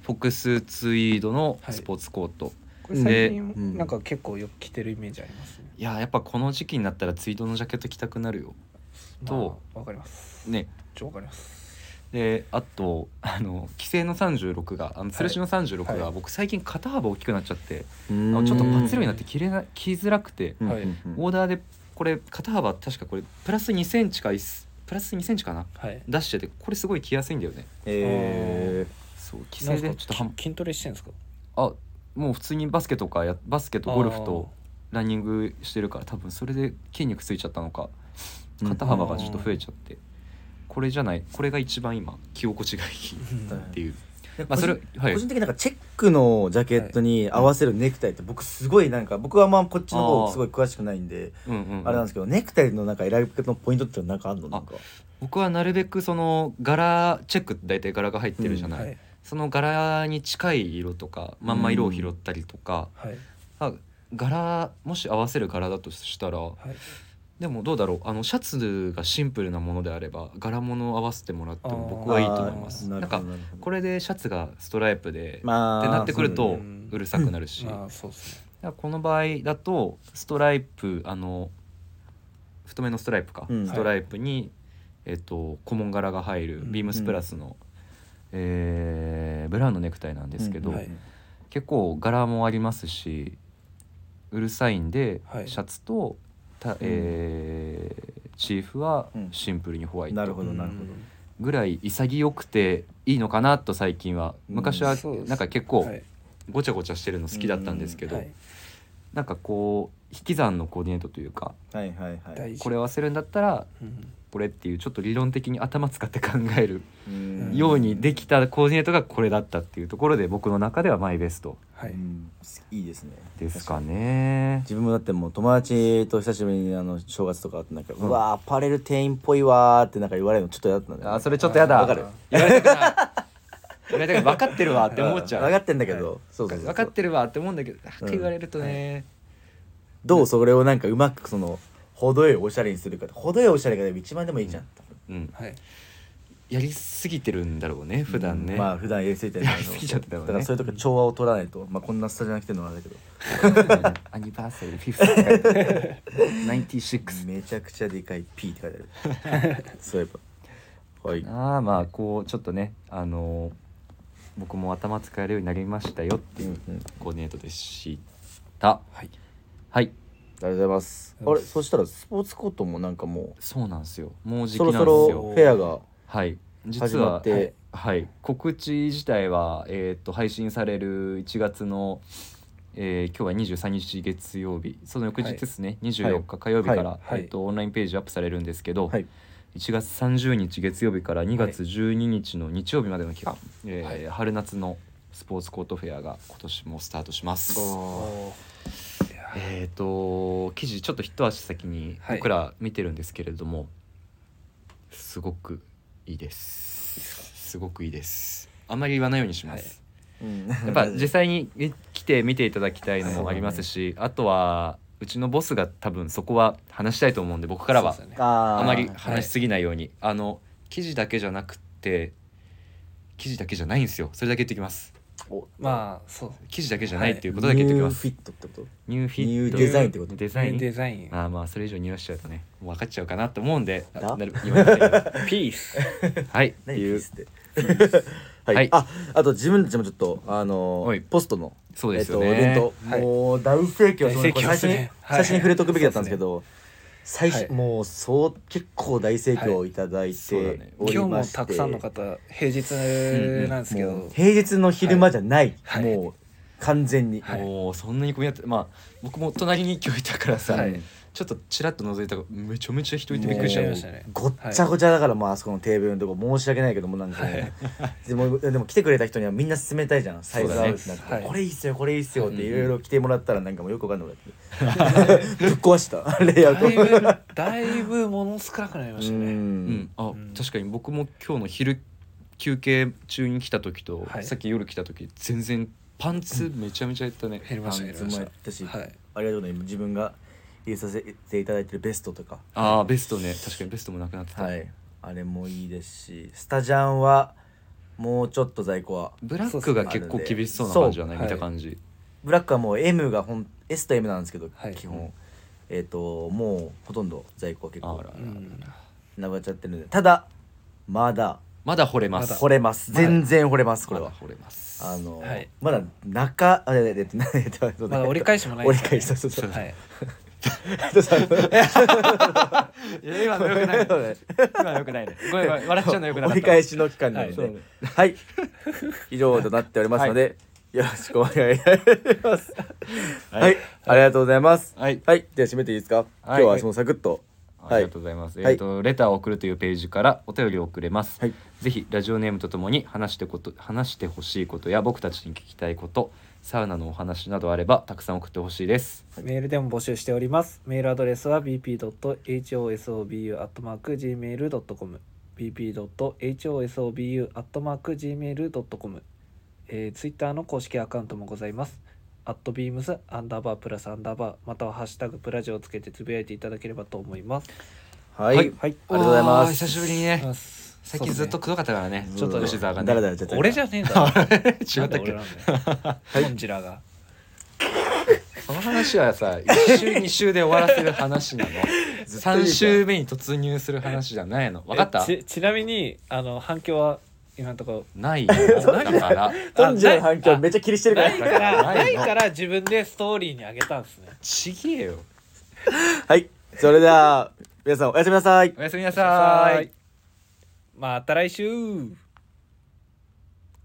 Speaker 3: フォックスツイードの
Speaker 2: はい
Speaker 3: スポーツコート、
Speaker 2: これ最
Speaker 1: う
Speaker 2: 近
Speaker 1: ん
Speaker 2: なんか結構よく着てるイメージありますね、
Speaker 3: い、やーやっぱこの時期になったらツイードのジャケット着たくなるよど
Speaker 2: まあわかります
Speaker 3: ね
Speaker 2: 超わかります
Speaker 3: であとあの規制の36があの吊るしの36が、
Speaker 2: はい
Speaker 3: 僕最近肩幅大きくなっちゃって、
Speaker 1: ち
Speaker 3: あのちょっとパ
Speaker 2: バ
Speaker 3: ツ
Speaker 2: ツ
Speaker 3: 量になって着れな着づらくて、
Speaker 1: うん
Speaker 2: はい
Speaker 1: うんうん
Speaker 3: オーダーでこれ肩幅確かこれプラス2センチかいすプラス2センチかな
Speaker 2: はい
Speaker 3: 出しててこれすごい着やすいんだよね
Speaker 1: え
Speaker 3: そう規
Speaker 2: な
Speaker 3: 制
Speaker 2: ん
Speaker 3: で
Speaker 2: か
Speaker 3: ちょっと半
Speaker 2: き筋トレしてんですか
Speaker 3: あもう普通にバスケとかやバスケとゴルフとランニングしてるから多分それで筋肉ついちゃったのか
Speaker 1: うん
Speaker 3: 肩幅がちょっと増えちゃって、これじゃないこれが一番今着心地がいいっていう、まあそれはい
Speaker 1: 個人的になんかチェックのジャケットに合わせるネクタイって僕すごいなんか僕はまあこっちの方すごい詳しくないんで
Speaker 3: うんうんうん
Speaker 1: あれなんですけどネクタイのなんか選び方のポイントってなんかあるのなんか
Speaker 3: 僕はなるべくその柄チェックって大体柄が入ってるじゃない、
Speaker 2: はい
Speaker 3: その柄に近い色とかまんま色を拾ったりとか、
Speaker 2: はい
Speaker 3: あ柄もし合わせる柄だとしたら
Speaker 2: はい
Speaker 3: でもどうだろうあのシャツがシンプルなものであれば柄物を合わせてもらっても僕はいいと思います
Speaker 1: あーな
Speaker 3: な
Speaker 1: る
Speaker 3: ん
Speaker 1: ほど
Speaker 3: か
Speaker 1: なるほど
Speaker 3: これでシャツがストライプで、
Speaker 1: まあ
Speaker 3: ってなってくる
Speaker 1: そう
Speaker 2: う
Speaker 3: と
Speaker 2: ん
Speaker 3: うるさくなるし、
Speaker 2: ああそうですね
Speaker 3: だからこの場合だとストライプあの太めのストライプか、
Speaker 1: うん
Speaker 3: ストライプに、えっと古紋柄が入る
Speaker 2: うん
Speaker 3: ビームスプラスの、えーブラウンのネクタイなんですけど、
Speaker 1: うん
Speaker 2: はい
Speaker 3: 結構柄もありますしうるさいんで、
Speaker 2: はい
Speaker 3: シャツとた、えーチーフは
Speaker 1: うん
Speaker 3: シンプルにホワイ
Speaker 1: なる
Speaker 3: ト
Speaker 1: ほどなるほど
Speaker 3: ぐらい潔くていいのかなと最近は
Speaker 1: うん
Speaker 3: 昔は
Speaker 2: そうです
Speaker 3: なんか結
Speaker 2: は
Speaker 3: 構
Speaker 2: い
Speaker 3: ごちゃごちゃしてるの好きだったんですけど、
Speaker 2: はい
Speaker 3: なんかこう引き算のコーディネートというか
Speaker 1: はいはいはい
Speaker 2: 大事
Speaker 3: これを合わせるんだったら
Speaker 2: うん
Speaker 3: これっていうちょっと理論的に頭使って考える
Speaker 1: うん
Speaker 3: ようにできたコーディネートがこれだったっていうところで僕の中ではマイベスト
Speaker 2: は
Speaker 1: う
Speaker 2: い
Speaker 1: んいいですね
Speaker 3: ですかね。
Speaker 1: 自分もだってもう友達と久しぶりにあの正月とかあってなんか、うんわーアパレル店員っぽいわーってなんか言われるのちょっと嫌だったんだよね
Speaker 3: あーそれちょっとやだ。
Speaker 1: わかる
Speaker 3: 言われたくない。言われたくない分かってるわって思っちゃう。
Speaker 1: 分かってんだけど、そうそうそう
Speaker 3: 分かってるわって思うんだけど、って言われるとね。
Speaker 1: どうそれをなんかうまくその程よいおしゃれにするか程よいおしゃれがでも一番でもいいじゃん、
Speaker 3: うん。
Speaker 2: はい
Speaker 3: やりすぎてるんだろうね普段ね。
Speaker 1: まあ普段やりすぎてる
Speaker 3: やりすぎちゃってたのね
Speaker 1: だからそういうとこ調和を取らないと、まあ、こんなスタジオに来てるのはあれだけど
Speaker 3: アニバーサリーフィフ ス。ナインティシックス。
Speaker 1: めちゃくちゃでかい P って書いて あるそういえばはい
Speaker 3: ああまあこうちょっとねあのー僕も頭使えるようになりましたよっていう
Speaker 1: うんうん
Speaker 3: コーディネートでした。
Speaker 2: はい
Speaker 1: あ
Speaker 3: はい。
Speaker 1: りがとうございますあれそしたらスポーツコートもなんかも
Speaker 3: そうなんですよ。もう
Speaker 1: う
Speaker 3: 時期
Speaker 1: そ
Speaker 3: なん
Speaker 1: ろそ
Speaker 3: ですよ。
Speaker 1: ろフェアが
Speaker 3: はい
Speaker 1: 始
Speaker 3: 実
Speaker 1: まっ
Speaker 3: は
Speaker 1: て、
Speaker 3: はい、告知自体は、えー、と配信される1月の、えー今日は23日月曜日その翌日ですね、24日火曜日から、
Speaker 1: はい
Speaker 2: はい
Speaker 3: えー、とオンラインページアップされるんですけど、
Speaker 1: はい
Speaker 3: 1月30日月曜日から2月12日の日曜日までの期間、えー
Speaker 2: はい
Speaker 3: 春夏のスポーツコートフェアが今年もスタートします。
Speaker 2: おー
Speaker 3: えー、と記事ちょっと一足先に
Speaker 2: はい
Speaker 3: 僕ら見てるんですけれども、すごくいいですすごくいいですあんまり言わないようにします、
Speaker 1: うん
Speaker 3: や っぱ実際に来て見ていただきたいのもありますし、あとはうちのボスが多分そこは話したいと思うんで僕からは
Speaker 2: そうですね
Speaker 1: あー
Speaker 3: あまり話しすぎないようにあ,、の記事だけじゃなくて記事だけじゃないんですよそれだけ言ってきます
Speaker 1: お
Speaker 2: まあそう
Speaker 3: 記事だけじゃないっていうことだけ言ってきます
Speaker 1: ニューフィットってこと
Speaker 3: ニューフィ
Speaker 1: ニ
Speaker 3: ット
Speaker 1: ューデザインってこと
Speaker 3: デザイン
Speaker 2: デザイン
Speaker 3: まあまあそれ以上にらしちゃうとねもう分かっちゃうかなと思うんで
Speaker 1: だ
Speaker 3: あなる言わないよう
Speaker 2: ピース
Speaker 3: にはいって
Speaker 1: 何
Speaker 3: い
Speaker 1: で
Speaker 3: う
Speaker 1: すって
Speaker 3: は
Speaker 1: はいいああと自分たちもちょっとあの
Speaker 3: はい
Speaker 1: ーポストの
Speaker 3: そう
Speaker 1: え
Speaker 3: で
Speaker 1: っ
Speaker 3: すよ
Speaker 1: と、
Speaker 3: ね、
Speaker 1: 伝統、
Speaker 2: はい
Speaker 1: もう大盛況ですね
Speaker 2: 大盛況
Speaker 1: これ最初に、
Speaker 2: ですねはい
Speaker 1: 最初に触れとくべきだったんですけど、最初、
Speaker 2: はい
Speaker 1: もうそう結構大盛況をいただい
Speaker 3: そうだ
Speaker 1: て
Speaker 3: ね
Speaker 1: お
Speaker 2: 今日
Speaker 1: り
Speaker 2: も
Speaker 1: まして、
Speaker 2: たくさんの方平日なんですけ
Speaker 1: もう
Speaker 2: ど
Speaker 1: 平日の昼間じゃない、
Speaker 2: はい
Speaker 1: もう完全に、
Speaker 2: はい
Speaker 3: もうそんなに混み合ってまあ僕も隣に今日いたからさ、
Speaker 2: はい
Speaker 3: ちょっとちらっと覗いたらめちゃめちゃ人いてびっくりしちゃ
Speaker 2: も
Speaker 3: う
Speaker 2: うしたね
Speaker 1: ごっちゃごちゃだから、もうあそこのテーブルのとこ申し訳ないけどもなんかね、でもでも来てくれた人にはみんな勧めたいじゃんサイズ合うってなって、
Speaker 2: そうだねはい
Speaker 1: これいいっすよこれいいっすよって
Speaker 3: うん
Speaker 1: いろいろ来てもらったらなんかもうよくわかんなくなってぶ っ壊した レイアウト
Speaker 2: だいぶだいぶもの少なくなりました
Speaker 1: う
Speaker 2: ね
Speaker 3: うんん、あ、
Speaker 2: うん
Speaker 3: 確かに僕も今日の昼休憩中に来た時と、
Speaker 2: はい
Speaker 3: さっき夜来た時全然パンツめちゃめちゃ減ったね、
Speaker 2: 減りました
Speaker 1: い
Speaker 2: 減り
Speaker 1: つ
Speaker 2: ま
Speaker 1: も
Speaker 2: し
Speaker 1: や
Speaker 2: た
Speaker 1: ったし、
Speaker 2: はい
Speaker 1: ありがとうね自分が入れさせていただいてるベストとか
Speaker 3: ああベストね確かにベストもなくなってた、
Speaker 1: はいあれもいいですしスタジャンはもうちょっと在庫は
Speaker 3: ブラックが結構厳しそうな
Speaker 1: そう
Speaker 3: 感じじゃない、
Speaker 2: はい
Speaker 3: 見た感じ、
Speaker 1: ブラックはもう M がほん S と M なんですけど、
Speaker 2: はい
Speaker 1: 基
Speaker 2: う
Speaker 1: 本えっ、ともうほとんど在庫は結
Speaker 3: あ
Speaker 1: 構
Speaker 3: ら
Speaker 2: うん
Speaker 1: なくなっちゃってるんでただまだ
Speaker 3: まだ惚れます、
Speaker 1: 掘れます全然掘れますこれ
Speaker 3: ま
Speaker 1: は
Speaker 3: だ惚れます
Speaker 1: あの、
Speaker 2: はい
Speaker 1: まだ中あれれれって何えっとえっと
Speaker 2: まだ折り返しもない
Speaker 1: 折り返しそうそうそう
Speaker 2: はい
Speaker 3: いや今のよくないね今のよくないねごめんごめん笑っちゃうのよくなかった
Speaker 1: 折り返しの期間なので、
Speaker 3: はい
Speaker 1: はい、以上となっておりますので、よろしくお願いします。はい、ありがとうございます。
Speaker 3: はい
Speaker 1: はい、では締めていいですか。今
Speaker 3: はい
Speaker 1: 日はもうサクッと。
Speaker 3: ありがとうございます。
Speaker 1: はい
Speaker 3: えっ、と、レターを送るというページからお便りを送れます。
Speaker 1: はい
Speaker 3: ぜひラジオネームとともに話してこと、話してほしいことや僕たちに聞きたいこと。サウナのお話などあれば、たくさん送ってほしいです。
Speaker 2: メールでも募集しております。メールアドレスは bp.hosobu.gmail.com bp.hosobu.gmail.com えー、ツイッターの公式アカウントもございます。アットビームスアンダーバープラスアンダーバーまたはハッシュタグプラジオをつけてつぶやいていただければと思います。
Speaker 1: はい、あり
Speaker 2: はい。
Speaker 1: がとうございま
Speaker 3: おー
Speaker 1: す。
Speaker 3: 久しぶりにね。最近ずっとくどかったからね。
Speaker 1: うん
Speaker 3: ちょっと吉沢がね。
Speaker 1: だらだらちょっと
Speaker 2: 俺じゃねえんだろ。
Speaker 3: 違ったっけ
Speaker 2: なんで俺なん だよ。トンジラが。
Speaker 3: その話はさ、1週2週で終わらせる話なの。3週目に突入する話じゃないの。わかった
Speaker 2: えちちなみにあの反響は今のところ
Speaker 3: ないよ。だから。
Speaker 1: トンジの反響めっちゃ気にしてるか
Speaker 2: ない
Speaker 1: ら。
Speaker 2: から
Speaker 3: ないの
Speaker 2: ないから自分でストーリーにあげたんですね
Speaker 3: ちげえよ。
Speaker 1: はい、それでは皆さんおやすみなさい。
Speaker 3: おやすみなさーい。
Speaker 2: また来週